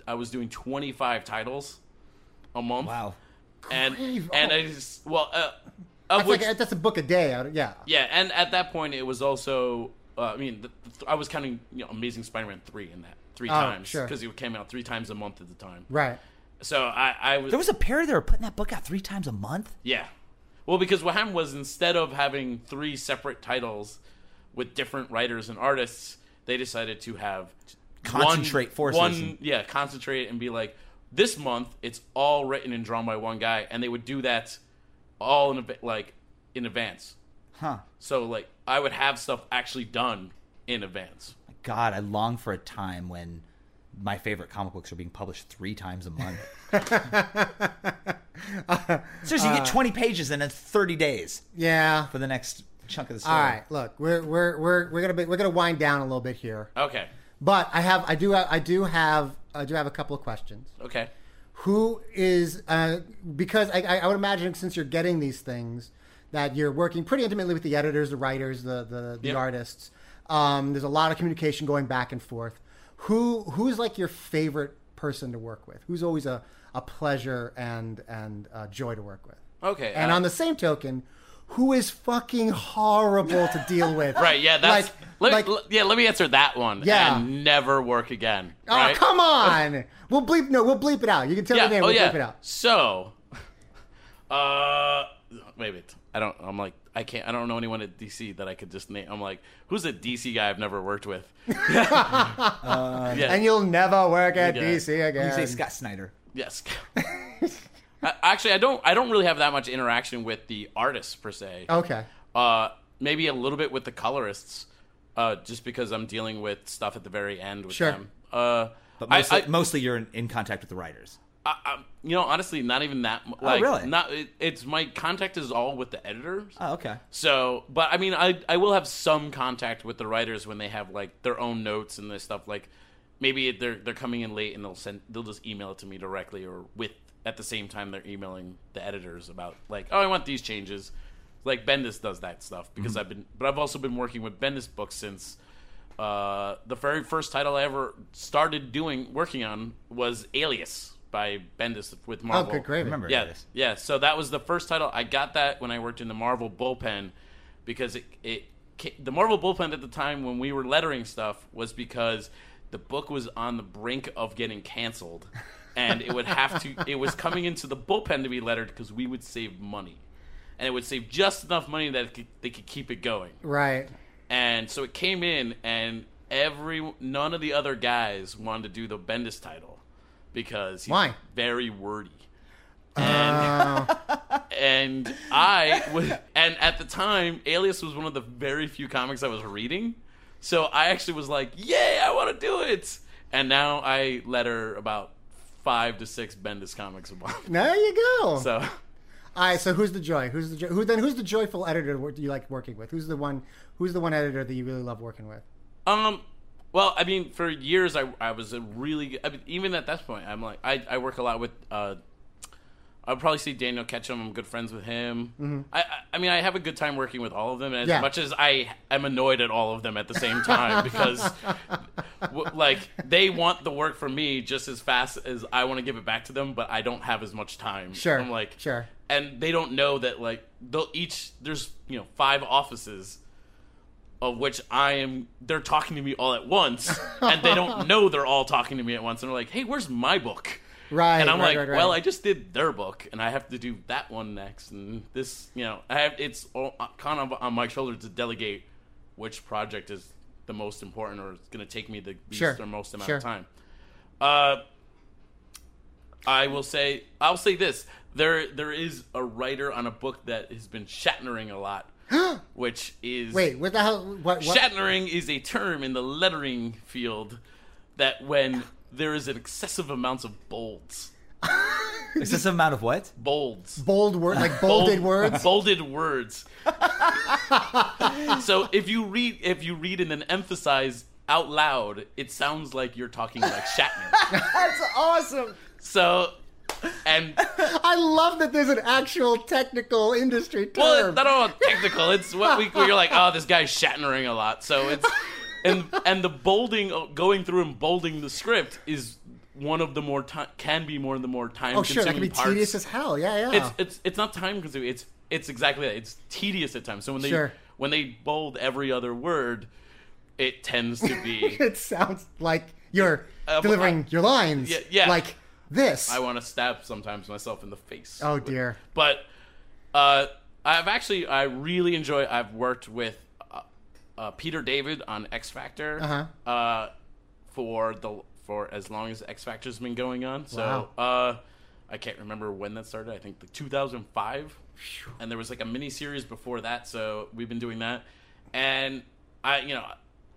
Speaker 8: I was doing 25 titles a month.
Speaker 12: Wow.
Speaker 8: And
Speaker 2: Crave-
Speaker 8: and
Speaker 2: oh.
Speaker 8: I just well, uh, of
Speaker 2: That's,
Speaker 8: which
Speaker 2: like, that's a book a day. I don't- Yeah.
Speaker 8: yeah, and at that point, it was also. Uh, I mean, the, the- I was counting you know, Amazing Spider-Man three in that three
Speaker 2: Oh,
Speaker 8: times
Speaker 2: sure.
Speaker 8: because it came out three times a month at the time.
Speaker 2: Right.
Speaker 8: So I, I was,
Speaker 12: There was a pair that were putting that book out three times a month.
Speaker 8: yeah. Well, because what happened was instead of having three separate titles with different writers and artists, they decided to have
Speaker 12: Concentrate
Speaker 8: one,
Speaker 12: forces
Speaker 8: One,
Speaker 12: and-
Speaker 8: yeah, concentrate and be like, this month it's all written and drawn by one guy, and they would do that all in a bit like in advance.
Speaker 12: Huh.
Speaker 8: So like I would have stuff actually done in advance.
Speaker 12: God, I long for a time when my favorite comic books are being published three times a month. Seriously,
Speaker 4: Uh,
Speaker 12: you get 20 pages in 30 days
Speaker 2: Yeah.
Speaker 12: for the next chunk of the story.
Speaker 2: All right. Look, we're we're we're we're gonna be, we're gonna wind down a little bit here.
Speaker 8: Okay.
Speaker 2: But I have I do have, I do have I do have a couple of questions.
Speaker 8: Okay.
Speaker 2: Who is uh, because I, I I would imagine since you're getting these things that you're working pretty intimately with the editors, the writers, the the, the
Speaker 8: Yep.
Speaker 2: artists. Um, there's a lot of communication going back and forth. Who who's like your favorite person to work with? Who's always a, a pleasure and and uh, joy to work with?
Speaker 8: Okay.
Speaker 2: And
Speaker 8: uh,
Speaker 2: on the same token, who is fucking horrible to deal with?
Speaker 8: right, yeah, that's
Speaker 2: like,
Speaker 8: let me,
Speaker 2: like-
Speaker 8: l- yeah, let me answer that one.
Speaker 2: Yeah.
Speaker 8: And never work again.
Speaker 2: oh
Speaker 8: right?
Speaker 2: come on. we'll bleep no, we'll bleep it out. You can tell
Speaker 8: Yeah.
Speaker 2: the name,
Speaker 8: oh
Speaker 2: we'll
Speaker 8: yeah.
Speaker 2: bleep it out.
Speaker 8: So, uh, wait a minute. I don't. I'm like, I can't. I don't know anyone at DC that I could just name. I'm like, who's a DC guy I've never worked with? yeah.
Speaker 2: And you'll never work at
Speaker 8: Yeah.
Speaker 2: DC again.
Speaker 12: You say Scott Snyder.
Speaker 8: Yes. I- Actually, I don't. I don't really have that much interaction with the artists per se.
Speaker 2: Okay.
Speaker 8: Uh, maybe a little bit with the colorists, uh, just because I'm dealing with stuff at the very end with
Speaker 2: Sure.
Speaker 8: them. Uh,
Speaker 12: But
Speaker 8: I-
Speaker 12: mostly,
Speaker 8: I-
Speaker 12: mostly you're in, in contact with the writers.
Speaker 8: I, I, you know, honestly, not even that. mu- Like,
Speaker 12: really?
Speaker 8: Not. It, it's my contact is all with the editors.
Speaker 12: Oh, okay.
Speaker 8: So, but I mean, I I will have some contact with the writers when they have like their own notes and this stuff. Like, maybe they're they're coming in late and they'll send they'll just email it to me directly or with at the same time they're emailing the editors about like, oh, I want these changes. Like Bendis does that stuff because I've been, but I've also been working with Bendis books since uh, the very first title I ever started doing working on was Alias by Bendis with
Speaker 2: Oh,
Speaker 8: Marvel.
Speaker 2: good gravy.
Speaker 12: Remember
Speaker 8: Yeah,
Speaker 12: this.
Speaker 8: yeah. So that was the first title I got that when I worked in the Marvel bullpen, because it, it ca- the Marvel bullpen at the time when we were lettering stuff was because the book was on the brink of getting canceled, and it would have to it was coming into the bullpen to be lettered because we would save money, and it would save just enough money that it could, they could keep it going
Speaker 2: Right.
Speaker 8: and so it came in and every none of the other guys wanted to do the bendis title because he's
Speaker 2: Why?
Speaker 8: very wordy and, and i was and at the time alias was one of the very few comics i was reading so i actually was like yay i want to do it and now i letter about five to six bendis comics a month
Speaker 2: There you go.
Speaker 8: so
Speaker 2: All right. So who's the joy? Who's the jo- who? Then who's the joyful editor wor- you like working with? Who's the one? Who's the one editor that you really love working with?
Speaker 8: Um, well, I mean, for years I I was a really good, I mean, even at that point I'm like I I work a lot with uh. I'll probably see Daniel Ketchum. I'm good friends with him.
Speaker 13: Mhm.
Speaker 8: I, I I mean, I have a good time working with all of them. And as
Speaker 13: Yeah.
Speaker 8: much as I am annoyed at all of them at the same time, because w- like they want the work from me just as fast as I want to give it back to them, but I don't have as much time.
Speaker 2: Sure.
Speaker 8: I'm like,
Speaker 2: Sure.
Speaker 8: and they don't know that like they'll each there's you know five offices of which I am they're talking to me all at once and they don't know they're all talking to me at once and they're like, "Hey, where's my book?"
Speaker 2: Right,
Speaker 8: And I'm
Speaker 2: right,
Speaker 8: like,
Speaker 2: right, right.
Speaker 8: "Well, I just did their book and I have to do that one next and this, you know, I have it's all, uh, kind of on my shoulder to delegate which project is the most important or it's going to take me the least
Speaker 14: Sure,
Speaker 8: or most amount
Speaker 14: sure.
Speaker 8: of time." Uh I will say I'll say this. There there is a writer on a book that has been Shatnering a lot, which is
Speaker 2: Wait, what the hell? What? what?
Speaker 8: Shatnering is a term in the lettering field that when there is an excessive amount of bolds.
Speaker 4: Excessive amount of what?
Speaker 8: Bolds.
Speaker 2: Bold word, like
Speaker 8: Bold-
Speaker 2: bolded words.
Speaker 8: Bolded words. so if you read if you read and then emphasize out loud, it sounds like you're talking like Shatner.
Speaker 2: That's awesome.
Speaker 8: So and
Speaker 2: I love that there's an actual technical industry term.
Speaker 8: Well, it's not all technical. It's what we you're like, oh, this guy's Shatnering a lot. So it's and and the bolding, uh, going through and bolding the script is one of the more time can be more of the more time.
Speaker 2: oh, sure, that can be
Speaker 8: parts.
Speaker 2: tedious as hell. Yeah, yeah.
Speaker 8: It's it's it's not time consuming. It's it's exactly that. It's tedious at times. So when they
Speaker 2: Sure.
Speaker 8: when they bold every other word, it tends to be.
Speaker 2: it sounds like you're
Speaker 8: Uh, but
Speaker 2: delivering
Speaker 8: I-
Speaker 2: your lines.
Speaker 8: Yeah, yeah.
Speaker 2: Like this.
Speaker 8: I want to stab sometimes myself in the face.
Speaker 2: oh dear.
Speaker 8: But uh, I've actually I really enjoy. I've worked with uh, uh, Peter David on X Factor
Speaker 2: Uh-huh.
Speaker 8: uh, for the for as long as X Factor's been going on. So uh, I can't remember when that started. I think like 2005, and there was like a mini series before that. So we've been doing that, and I you know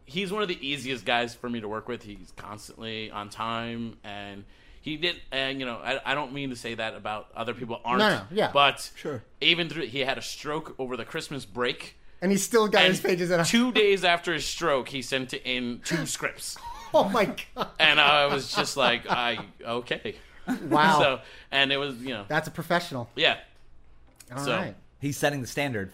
Speaker 8: he's one of the easiest guys for me to work with. He's constantly on time and. He did, and you know, I, I don't mean to say that about other people aren't,
Speaker 2: No, no, yeah.
Speaker 8: but
Speaker 2: Sure.
Speaker 8: even through he had a stroke over the Christmas break.
Speaker 2: And he's still got
Speaker 8: And
Speaker 2: his pages in.
Speaker 8: two days after his stroke, he sent in two scripts,
Speaker 2: Oh my god.
Speaker 8: and I was just like, I okay,
Speaker 2: Wow.
Speaker 8: So and it was you know
Speaker 2: That's a professional.
Speaker 8: yeah,
Speaker 2: All right.
Speaker 8: So-
Speaker 4: He's setting the standard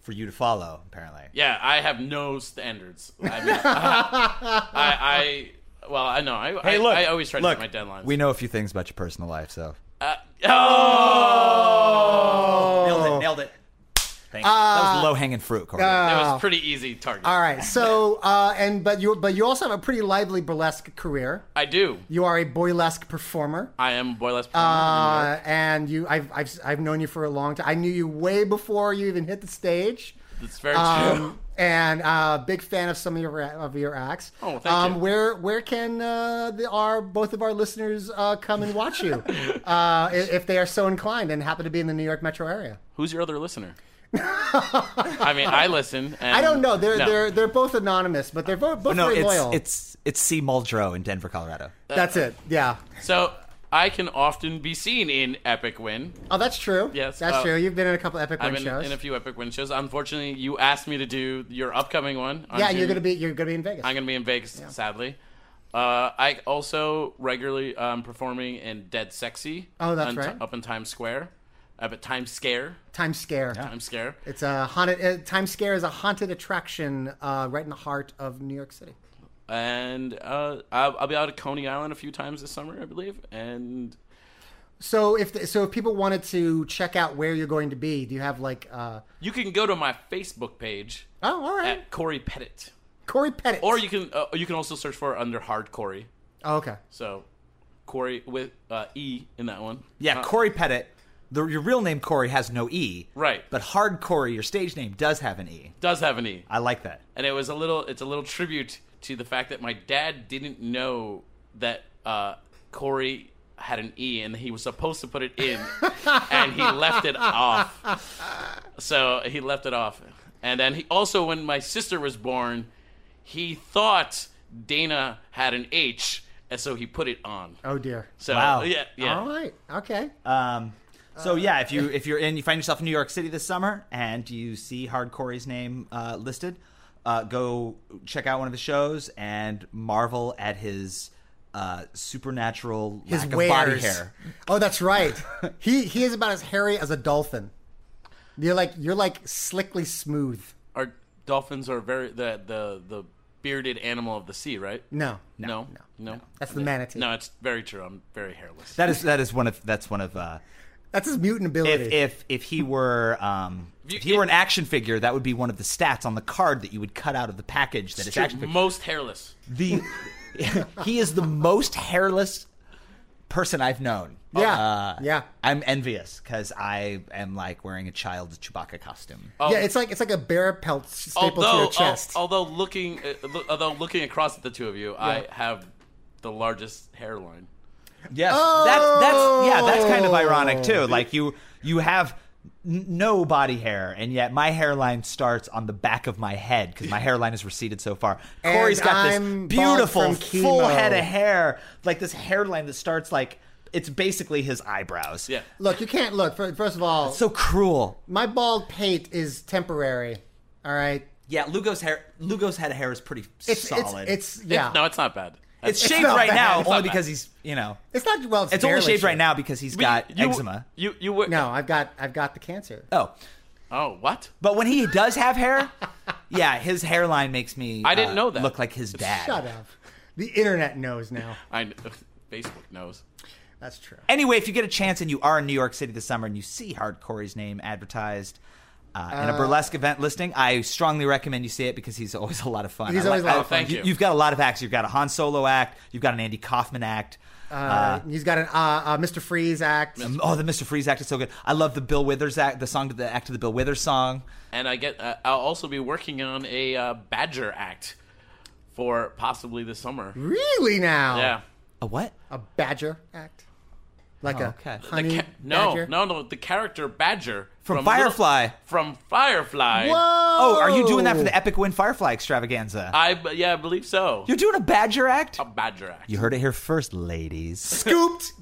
Speaker 4: for you to follow, apparently.
Speaker 8: yeah. I have no standards. I mean, I, I, I- well, I know. I I,
Speaker 4: Hey, look,
Speaker 8: I always try to
Speaker 4: look,
Speaker 8: hit my deadlines.
Speaker 4: We know a few things about your personal life, so.
Speaker 8: Uh, oh,
Speaker 4: Nailed it, nailed it. Thanks. that was
Speaker 2: Uh,
Speaker 4: low hanging fruit, Corey.
Speaker 8: that
Speaker 2: Oh.
Speaker 8: was pretty easy target.
Speaker 2: All right. So, uh, and but you but you also have a pretty lively burlesque career.
Speaker 8: I do.
Speaker 2: You are a burlesque performer.
Speaker 8: I am Boyless.
Speaker 2: Uh, and you, I've, I've, I've known you for a long time. I knew you way before you even hit the stage. Um,
Speaker 8: That's very true.
Speaker 2: And uh, big fan of some of your of your acts.
Speaker 8: Oh, thank
Speaker 2: um,
Speaker 8: you.
Speaker 2: Where where can uh, the, our both of our listeners uh, come and watch you uh, i- if they are so inclined and happen to be in the New York metro area?
Speaker 8: Who's your other listener? I mean, I listen. And
Speaker 2: I don't know. They're
Speaker 8: No.
Speaker 2: they're they're both anonymous, but they're both, both
Speaker 4: no,
Speaker 2: very
Speaker 4: it's,
Speaker 2: loyal.
Speaker 4: it's uh, it's C. Muldrow in Denver, Colorado.
Speaker 8: Uh,
Speaker 2: That's it. Yeah.
Speaker 8: So I can often be seen in Epic Win.
Speaker 2: Oh, that's true.
Speaker 8: Yes,
Speaker 2: that's
Speaker 8: uh,
Speaker 2: true. You've been in a couple epic
Speaker 8: I've
Speaker 2: Win
Speaker 8: been
Speaker 2: shows.
Speaker 8: in a few Epic Win shows. Unfortunately, you asked me to do your upcoming one. on
Speaker 2: yeah, and you're
Speaker 8: June-
Speaker 2: gonna be you're gonna be in Vegas.
Speaker 8: I'm going to be in Vegas, sadly. Uh, I also regularly um, performing in Dead Sexy.
Speaker 2: Oh, that's
Speaker 8: on-
Speaker 2: right.
Speaker 8: Up in Times Square, up at Times Scare.
Speaker 2: Times Scare.
Speaker 8: Times Scare.
Speaker 2: It's a haunted. Uh, Times Square is a haunted attraction uh, right in the heart of New York City.
Speaker 8: And uh, I'll, I'll be out at Coney Island a few times this summer, I believe. And
Speaker 2: So if the, so, if people wanted to check out where you're going to be, do you have like uh,
Speaker 8: you can go to my Facebook page.
Speaker 2: Oh, all right.
Speaker 8: At Corey Pettit.
Speaker 2: Corey Pettit?
Speaker 8: Eh. Or you can uh, you can also search for it under Hard Corey.
Speaker 2: Oh, okay.
Speaker 8: So, Corey with uh, E in that one.
Speaker 4: Yeah,
Speaker 8: Uh,
Speaker 4: Corey Pettit. The, your real name Corey has no E.
Speaker 8: Right.
Speaker 4: But Hard Corey, your stage name, does have an E.
Speaker 8: does have an E,
Speaker 4: I like that.
Speaker 8: and it was a little. It's a little tribute to the fact that my dad didn't know that uh, Corey had an E, and he was supposed to put it in, and he left it off. So he left it off, and then he also, when my sister was born, he thought Dana had an H, and so he put it on.
Speaker 2: Oh dear.
Speaker 8: So
Speaker 4: Wow.
Speaker 8: yeah, yeah.
Speaker 2: All right. Okay.
Speaker 4: Um, so yeah, if you if you're in, you find yourself in New York City this summer, and you see Hard Corey's name uh, listed, uh, go check out one of his shows and marvel at his uh, supernatural
Speaker 15: His
Speaker 4: lack
Speaker 15: wares.
Speaker 4: of body hair.
Speaker 15: Oh, that's right. he he is about as hairy as a dolphin. You're like you're like slickly smooth.
Speaker 8: Our dolphins are very the the the bearded animal of the sea, right?
Speaker 15: No.
Speaker 8: no, no.
Speaker 15: That's the manatee.
Speaker 8: No, it's very true. I'm very hairless.
Speaker 4: That is that is one of that's one of uh,
Speaker 15: That's his mutant ability.
Speaker 4: if if if he were um, if he were an action figure, that would be one of the stats on the card that you would cut out of the package that
Speaker 8: It's
Speaker 4: it's
Speaker 8: true.
Speaker 4: action figure.
Speaker 8: most hairless.
Speaker 4: the he is the most hairless person I've known.
Speaker 15: Yeah.
Speaker 4: uh,
Speaker 15: Yeah.
Speaker 4: I'm envious because I am like wearing a child's Chewbacca costume.
Speaker 8: Oh.
Speaker 15: yeah, it's like it's like a bear pelt stapled to
Speaker 8: although, oh,
Speaker 15: your chest.
Speaker 8: al- although looking, uh, lo- although looking across at the two of you, I have the largest hairline.
Speaker 4: Yes, that's that's yeah, that's kind of ironic
Speaker 15: Oh.
Speaker 4: too. Like you you have n- no body hair, and yet my hairline starts on the back of my head because my hairline has receded so far.
Speaker 15: And
Speaker 4: Corey's got
Speaker 15: I'm bald
Speaker 4: this beautiful
Speaker 15: from
Speaker 4: full
Speaker 15: chemo.
Speaker 4: head of hair, like this hairline that starts like it's basically his eyebrows.
Speaker 8: Yeah.
Speaker 15: look, you can't look. Fir- First of all,
Speaker 4: so cruel.
Speaker 15: my bald pate is temporary. All right,
Speaker 4: Yeah, Lugo's hair. Lugo's head of hair is pretty
Speaker 15: it's
Speaker 4: solid.
Speaker 15: it's it's yeah.
Speaker 8: No, it's not bad.
Speaker 4: It's
Speaker 8: That's-
Speaker 4: shaved
Speaker 15: not
Speaker 4: right
Speaker 15: bad.
Speaker 4: now
Speaker 15: It's
Speaker 4: only
Speaker 8: not bad.
Speaker 4: because he's you know
Speaker 15: It's not well. It's,
Speaker 4: it's only
Speaker 15: barely
Speaker 4: shaved right
Speaker 15: shaved.
Speaker 4: now because he's got
Speaker 8: you-
Speaker 4: eczema.
Speaker 8: You you were
Speaker 15: No, I've got I've got the cancer.
Speaker 4: Oh,
Speaker 8: Oh, what?
Speaker 4: But when he does have hair, yeah, his hairline makes me. uh,
Speaker 8: I didn't know that.
Speaker 4: Look like his dad.
Speaker 15: Shut up. The internet knows now.
Speaker 8: I kn- ugh, Facebook knows.
Speaker 15: That's true.
Speaker 4: Anyway, if you get a chance and you are in New York City this summer and you see Hard Corey's name advertised uh, in a burlesque event listing, I strongly recommend you see it because he's always a lot of fun.
Speaker 15: He's
Speaker 4: I
Speaker 15: always a lot of
Speaker 4: I-
Speaker 8: fun. Thank you.
Speaker 4: You've got a lot of acts. You've got a Han Solo act. You've got an Andy Kaufman act.
Speaker 15: Uh, he's got an uh, uh, Mr. Freeze act.
Speaker 4: Oh, the Mr. Freeze act is so good. I love the Bill Withers act, the song to the act to the Bill Withers song.
Speaker 8: And I get. Uh, I'll also be working on a uh, badger act for possibly this summer.
Speaker 15: Really now?
Speaker 8: Yeah.
Speaker 4: A what?
Speaker 15: A badger act. Like
Speaker 4: Oh,
Speaker 15: a
Speaker 4: okay. The
Speaker 15: honey
Speaker 8: Ca- no,
Speaker 15: badger?
Speaker 8: no, no. The character Badger
Speaker 4: From
Speaker 8: Little-
Speaker 4: Firefly.
Speaker 8: from Firefly.
Speaker 15: Whoa!
Speaker 4: Oh, are you doing that for the Epic Win Firefly extravaganza?
Speaker 8: I b- yeah, I believe so.
Speaker 4: You're doing a Badger act?
Speaker 8: a Badger act.
Speaker 4: You heard it here first, ladies.
Speaker 15: scooped?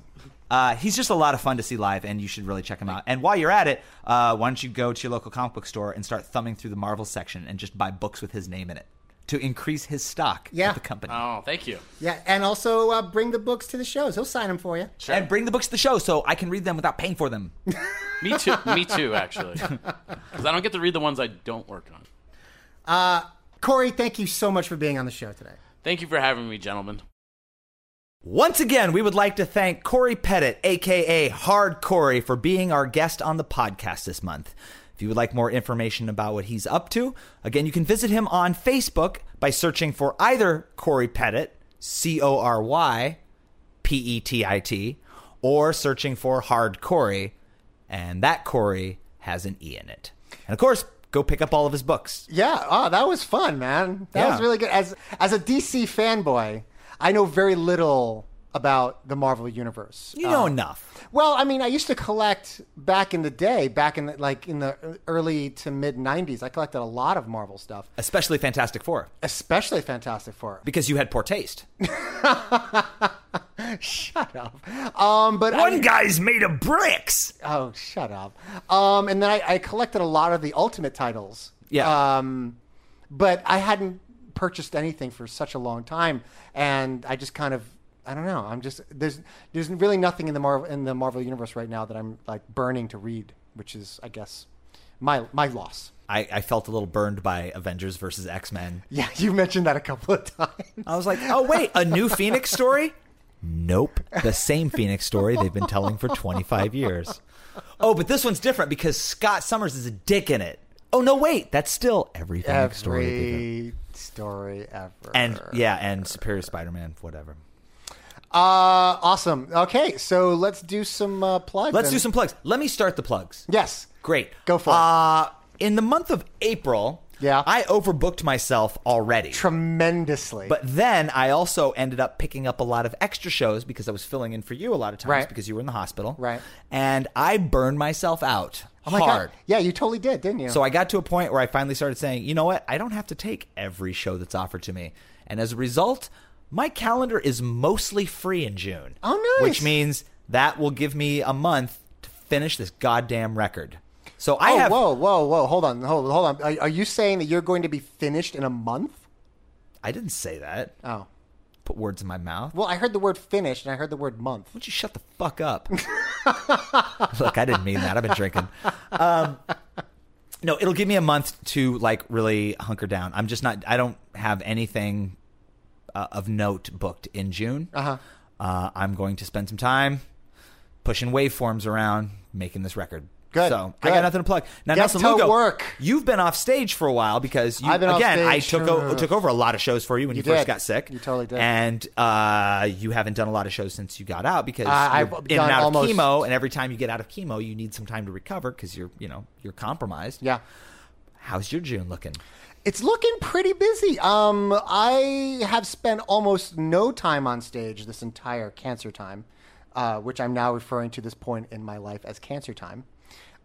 Speaker 4: Uh, he's just a lot of fun to see live, and you should really check him out. And while you're at it, uh, why don't you go to your local comic book store and start thumbing through the Marvel section and just buy books with his name in it to increase his stock
Speaker 15: Yeah.
Speaker 4: at the company.
Speaker 8: Oh, thank you.
Speaker 15: Yeah, and also uh, bring the books to the shows. He'll sign them for you.
Speaker 4: And bring the books to the show so I can read them without paying for them.
Speaker 8: Me too. Me too. Actually, because I don't get to read the ones I don't work on.
Speaker 15: Corey, thank you so much for being on the show today.
Speaker 8: Thank you for having me, gentlemen.
Speaker 4: Once again, we would like to thank Corey Pettit, aka Hard Corey, for being our guest on the podcast this month. If you would like more information about what he's up to, again, you can visit him on Facebook by searching for either Corey Pettit, C O R Y P E T I T, or searching for Hard Corey, and that Corey has an E in it. And of course, go pick up all of his books.
Speaker 2: Yeah, oh, that was fun, man. That was
Speaker 4: Yeah.
Speaker 2: really good. As as a DC fanboy, I know very little about the Marvel universe.
Speaker 4: You know enough.
Speaker 2: Well, I mean, I used to collect back in the day, back in the, like in the early to mid '90s. I collected a lot of Marvel stuff,
Speaker 4: Especially Fantastic Four,
Speaker 2: especially Fantastic Four.
Speaker 4: because you had poor taste.
Speaker 2: Shut up. Um, but I-
Speaker 4: One guy's made of bricks.
Speaker 2: oh, shut up. Um, and then I, I collected a lot of the Ultimate titles.
Speaker 4: Yeah.
Speaker 2: Um, but I hadn't purchased anything for such a long time, and I just kind of. I don't know. I'm just there's there's really nothing in the Marvel in the Marvel universe right now that I'm like burning to read, which is I guess my my loss.
Speaker 4: I, I felt a little burned by Avengers versus X Men.
Speaker 2: Yeah, you mentioned that a couple of times.
Speaker 4: I was like, oh, wait, a new Phoenix story? Nope. The same Phoenix story they've been telling for 25 years. Oh, but this one's different because Scott Summers is a dick in it. Oh, no, wait. That's still every Phoenix story. they've done.
Speaker 2: Every story ever.
Speaker 4: And yeah, and Superior Spider Man, whatever.
Speaker 2: Uh, awesome. Okay, so let's do some uh, plugs.
Speaker 4: Let's do
Speaker 2: and-
Speaker 4: some plugs. Let me start the plugs.
Speaker 2: Yes.
Speaker 4: Great.
Speaker 2: Go for it.
Speaker 4: uh, In the month of April,
Speaker 2: Yeah.
Speaker 4: I overbooked myself already.
Speaker 2: Tremendously.
Speaker 4: But then I also ended up picking up a lot of extra shows because I was filling in for you a lot of times
Speaker 2: Right.
Speaker 4: because you were in the hospital.
Speaker 2: Right.
Speaker 4: And I burned myself out
Speaker 2: Oh my God.
Speaker 4: hard.
Speaker 2: Yeah, you totally did, didn't you?
Speaker 4: So I got to a point where I finally started saying, you know what? I don't have to take every show that's offered to me. And as a result, my calendar is mostly free in June.
Speaker 2: Oh, nice.
Speaker 4: Which means that will give me a month to finish this goddamn record. So I
Speaker 2: oh,
Speaker 4: have.
Speaker 2: Whoa, whoa, whoa! Hold on, hold, hold on. Are, are you saying that you're going to be finished in a month?
Speaker 4: I didn't say that.
Speaker 2: Oh,
Speaker 4: put words in my mouth.
Speaker 2: Well, I heard the word finished and I heard the word month.
Speaker 4: Would you shut the fuck up? Look, I didn't mean that. I've been drinking. Um, no, it'll give me a month to like really hunker down. I'm just not. I don't have anything uh, of note booked in June.
Speaker 2: Uh-huh.
Speaker 4: Uh, I'm going to spend some time pushing waveforms around, making this record.
Speaker 2: Good,
Speaker 4: So I
Speaker 2: good.
Speaker 4: got nothing to plug. Now,
Speaker 2: Get
Speaker 4: Nelson
Speaker 2: to
Speaker 4: Lugo,
Speaker 2: work.
Speaker 4: you've been off stage for a while because you,
Speaker 2: I've been off
Speaker 4: again, I
Speaker 2: stage.
Speaker 4: took o- took over a lot of shows for you when you,
Speaker 2: You
Speaker 4: first
Speaker 2: did.
Speaker 4: got sick.
Speaker 2: You totally did.
Speaker 4: And uh, you haven't done a lot of shows since you got out because
Speaker 2: Uh,
Speaker 4: you're
Speaker 2: I've
Speaker 4: in
Speaker 2: done
Speaker 4: and out
Speaker 2: almost-
Speaker 4: of chemo, and every time you get out of chemo, you need some time to recover because you're you know you're compromised.
Speaker 2: Yeah.
Speaker 4: How's your June looking?
Speaker 2: It's looking pretty busy. Um, I have spent almost no time on stage this entire cancer time, uh, which I'm now referring to this point in my life as cancer time.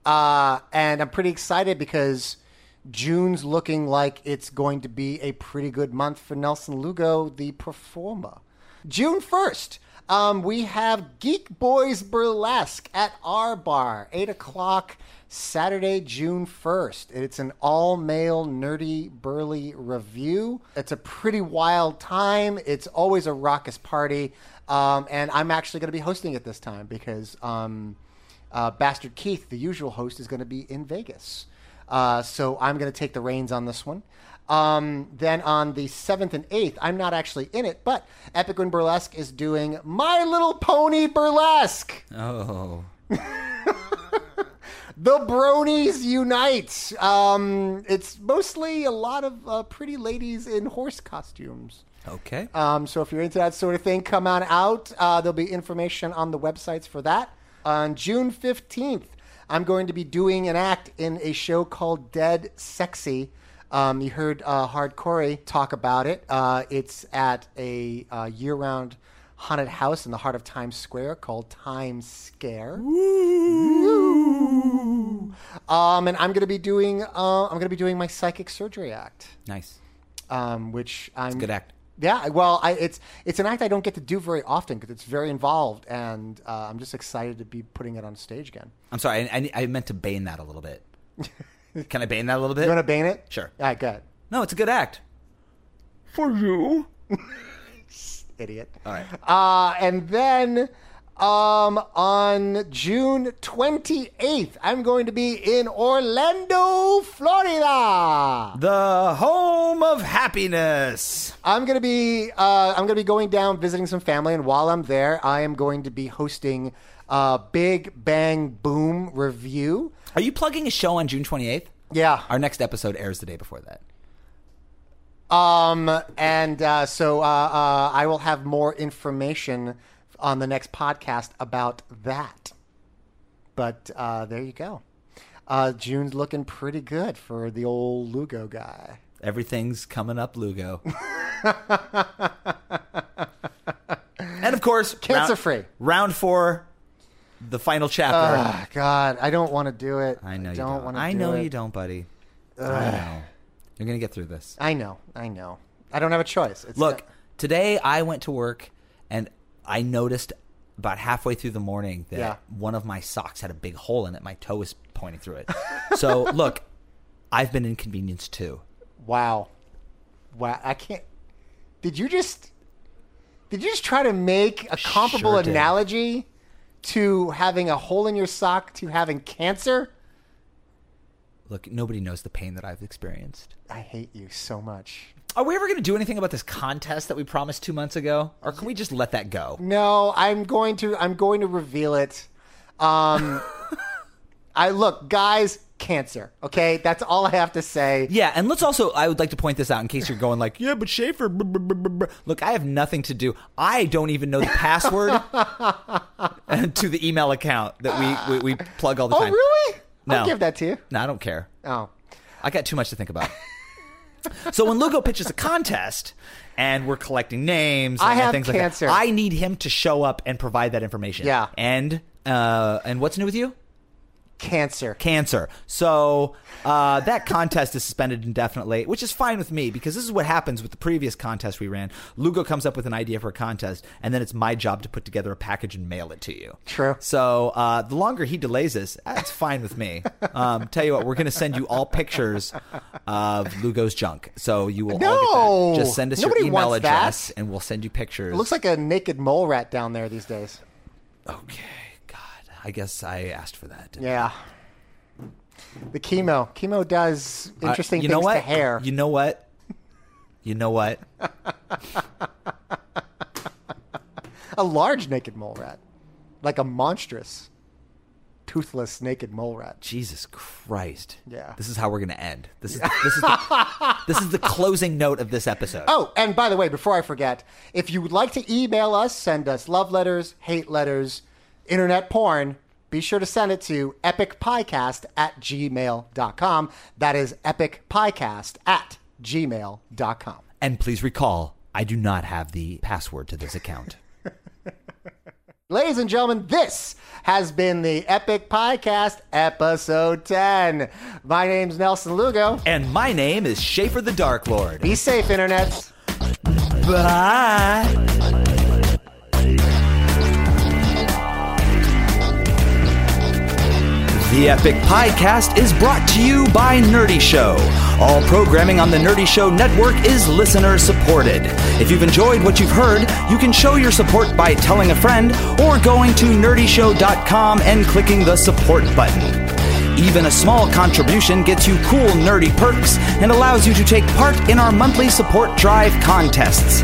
Speaker 2: Uh, and I'm pretty excited because June's looking like it's going to be a pretty good month for Nelson Lugo, the performer. June 1st, um, we have Geek Boys Burlesque at our bar, 8 o'clock, Saturday, June 1st. It's an all male, nerdy, burly review. It's a pretty wild time. It's always a raucous party. Um, and I'm actually going to be hosting it this time because um, uh, Bastard Keith, the usual host, is going to be in Vegas. Uh, so I'm going to take the reins on this one. Um, then on the 7th and 8th, I'm not actually in it, but Epic Win Burlesque is doing My Little Pony Burlesque.
Speaker 4: Oh,
Speaker 2: The Bronies Unite. Um, it's mostly a lot of uh, pretty ladies in horse costumes.
Speaker 4: okay.
Speaker 2: Um, so if you're into that sort of thing, come on out. Uh, there'll be information on the websites for that. On June 15th, I'm going to be doing an act in a show called Dead Sexy. Um, you heard uh, Hard Corey talk about it. Uh, it's at a uh, year round haunted house in the heart of Times Square called Times Scare. Woo. Um, and I'm going to be doing uh, I'm going to be doing my psychic surgery act,
Speaker 4: nice.
Speaker 2: um, which I'm
Speaker 4: Good act.
Speaker 2: yeah, well, I, it's it's an act I don't get to do very often because it's very involved, and uh, I'm just excited to be putting it on stage again.
Speaker 4: I'm sorry. I, I, I meant to bane that a little bit. Can I bane that a little bit?
Speaker 2: You want to bane it?
Speaker 4: Sure.
Speaker 2: All right, good.
Speaker 4: No, it's a good act.
Speaker 2: For you, idiot.
Speaker 4: All right.
Speaker 2: Uh, and then um, on June 28th, I'm going to be in Orlando, Florida.
Speaker 4: The home of happiness.
Speaker 2: I'm gonna be uh, I'm gonna be going down visiting some family, and while I'm there, I am going to be hosting a Big Bang Boom review.
Speaker 4: Are you plugging a show on June 28th?
Speaker 2: Yeah.
Speaker 4: Our next episode airs the day before that.
Speaker 2: Um, and uh, so uh, uh, I will have more information on the next podcast about that. But uh, there you go. Uh, June's looking pretty good for the old Lugo guy.
Speaker 4: Everything's coming up, Lugo. and of course,
Speaker 2: Cancer-free.
Speaker 4: round- Round four, the final chapter.
Speaker 2: Ah, God, I don't want to do it.
Speaker 4: I know you
Speaker 2: don't
Speaker 4: don't.
Speaker 2: want to.
Speaker 4: I
Speaker 2: do
Speaker 4: know
Speaker 2: it.
Speaker 4: you don't, buddy. I know. You're gonna get through this.
Speaker 2: I know. I know. I don't have a choice. It's
Speaker 4: Look, today I went to work and I noticed about halfway through the morning that
Speaker 2: Yeah.
Speaker 4: one of my socks had a big hole in it. My toe was pointing through it. so look, I've been inconvenienced too.
Speaker 2: Wow. Wow. I can't. Did you just. Did you just try to make a comparable
Speaker 4: Sure did.
Speaker 2: analogy to having a hole in your sock to having cancer?
Speaker 4: Look, nobody knows the pain that I've experienced.
Speaker 2: I hate you so much.
Speaker 4: Are we ever going to do anything about this contest that we promised two months ago, or can we just let that go?
Speaker 2: No, I'm going to. I'm going to reveal it. Um, I look, guys. Cancer. Okay, that's all I have to say.
Speaker 4: Yeah, and let's also. I would like to point this out in case you're going like, yeah, but Schaefer. br- br- br- br- br." Look, I have nothing to do. I don't even know the password to the email account that we we, we plug all the
Speaker 2: Oh,
Speaker 4: time.
Speaker 2: really?
Speaker 4: No.
Speaker 2: I'll give that to you.
Speaker 4: No, I don't care.
Speaker 2: Oh,
Speaker 4: I got too much to think about. so when Lugo pitches a contest and we're collecting names, and
Speaker 2: I have
Speaker 4: things
Speaker 2: cancer.
Speaker 4: Like that, I need him to show up and provide that information.
Speaker 2: Yeah.
Speaker 4: And uh, and what's new with you?
Speaker 2: Cancer.
Speaker 4: Cancer. So uh, that contest is suspended indefinitely, which is fine with me because this is what happens with the previous contest we ran. Lugo comes up with an idea for a contest, and then it's my job to put together a package and mail it to you.
Speaker 2: True.
Speaker 4: So uh, the longer he delays this, that's fine with me. Um, tell you what, we're going to send you all pictures of Lugo's junk. So you will all
Speaker 2: No!
Speaker 4: get that. Just send us
Speaker 2: Nobody
Speaker 4: your email
Speaker 2: wants that.
Speaker 4: address, and we'll send you pictures.
Speaker 2: It looks like a naked mole rat down there these days.
Speaker 4: I guess I asked for that.
Speaker 2: Yeah. The chemo. Chemo does
Speaker 4: Uh,
Speaker 2: interesting
Speaker 4: you
Speaker 2: things
Speaker 4: know what?
Speaker 2: to hair.
Speaker 4: You know what? You know what?
Speaker 2: A large naked mole rat. Like a monstrous, toothless naked mole rat.
Speaker 4: Jesus Christ.
Speaker 2: Yeah.
Speaker 4: This is how we're going to end. This is this is the, this is the closing note of this episode.
Speaker 2: Oh, and by the way, before I forget, if you would like to email us, send us love letters, hate letters, internet porn, be sure to send it to epicpodcast at gmail.com. That is epicpodcast at gmail.com.
Speaker 4: And please recall, I do not have the password to this account.
Speaker 2: Ladies and gentlemen, this has been the Epic Podcast, episode 10. My name's Nelson Lugo.
Speaker 4: And my name is Schaefer the Dark Lord.
Speaker 2: Be safe, Internet.
Speaker 4: Bye. The Epic Podcast is brought to you by Nerdy Show. All programming on the Nerdy Show network is listener supported. If you've enjoyed what you've heard, you can show your support by telling a friend or going to nerdyshow.com and clicking the support button. Even a small contribution gets you cool nerdy perks and allows you to take part in our monthly support drive contests.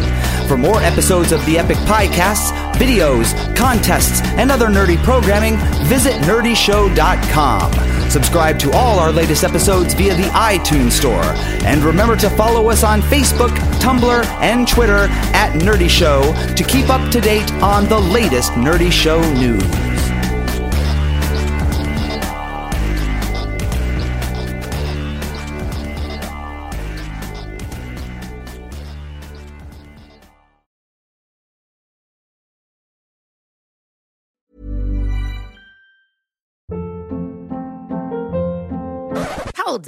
Speaker 4: For more episodes of the Epic Podcasts, videos, contests, and other nerdy programming, visit nerdyshow.com. Subscribe to all our latest episodes via the iTunes Store. And remember to follow us on Facebook, Tumblr, and Twitter at Nerdy Show to keep up to date on the latest Nerdy Show news.
Speaker 10: Hold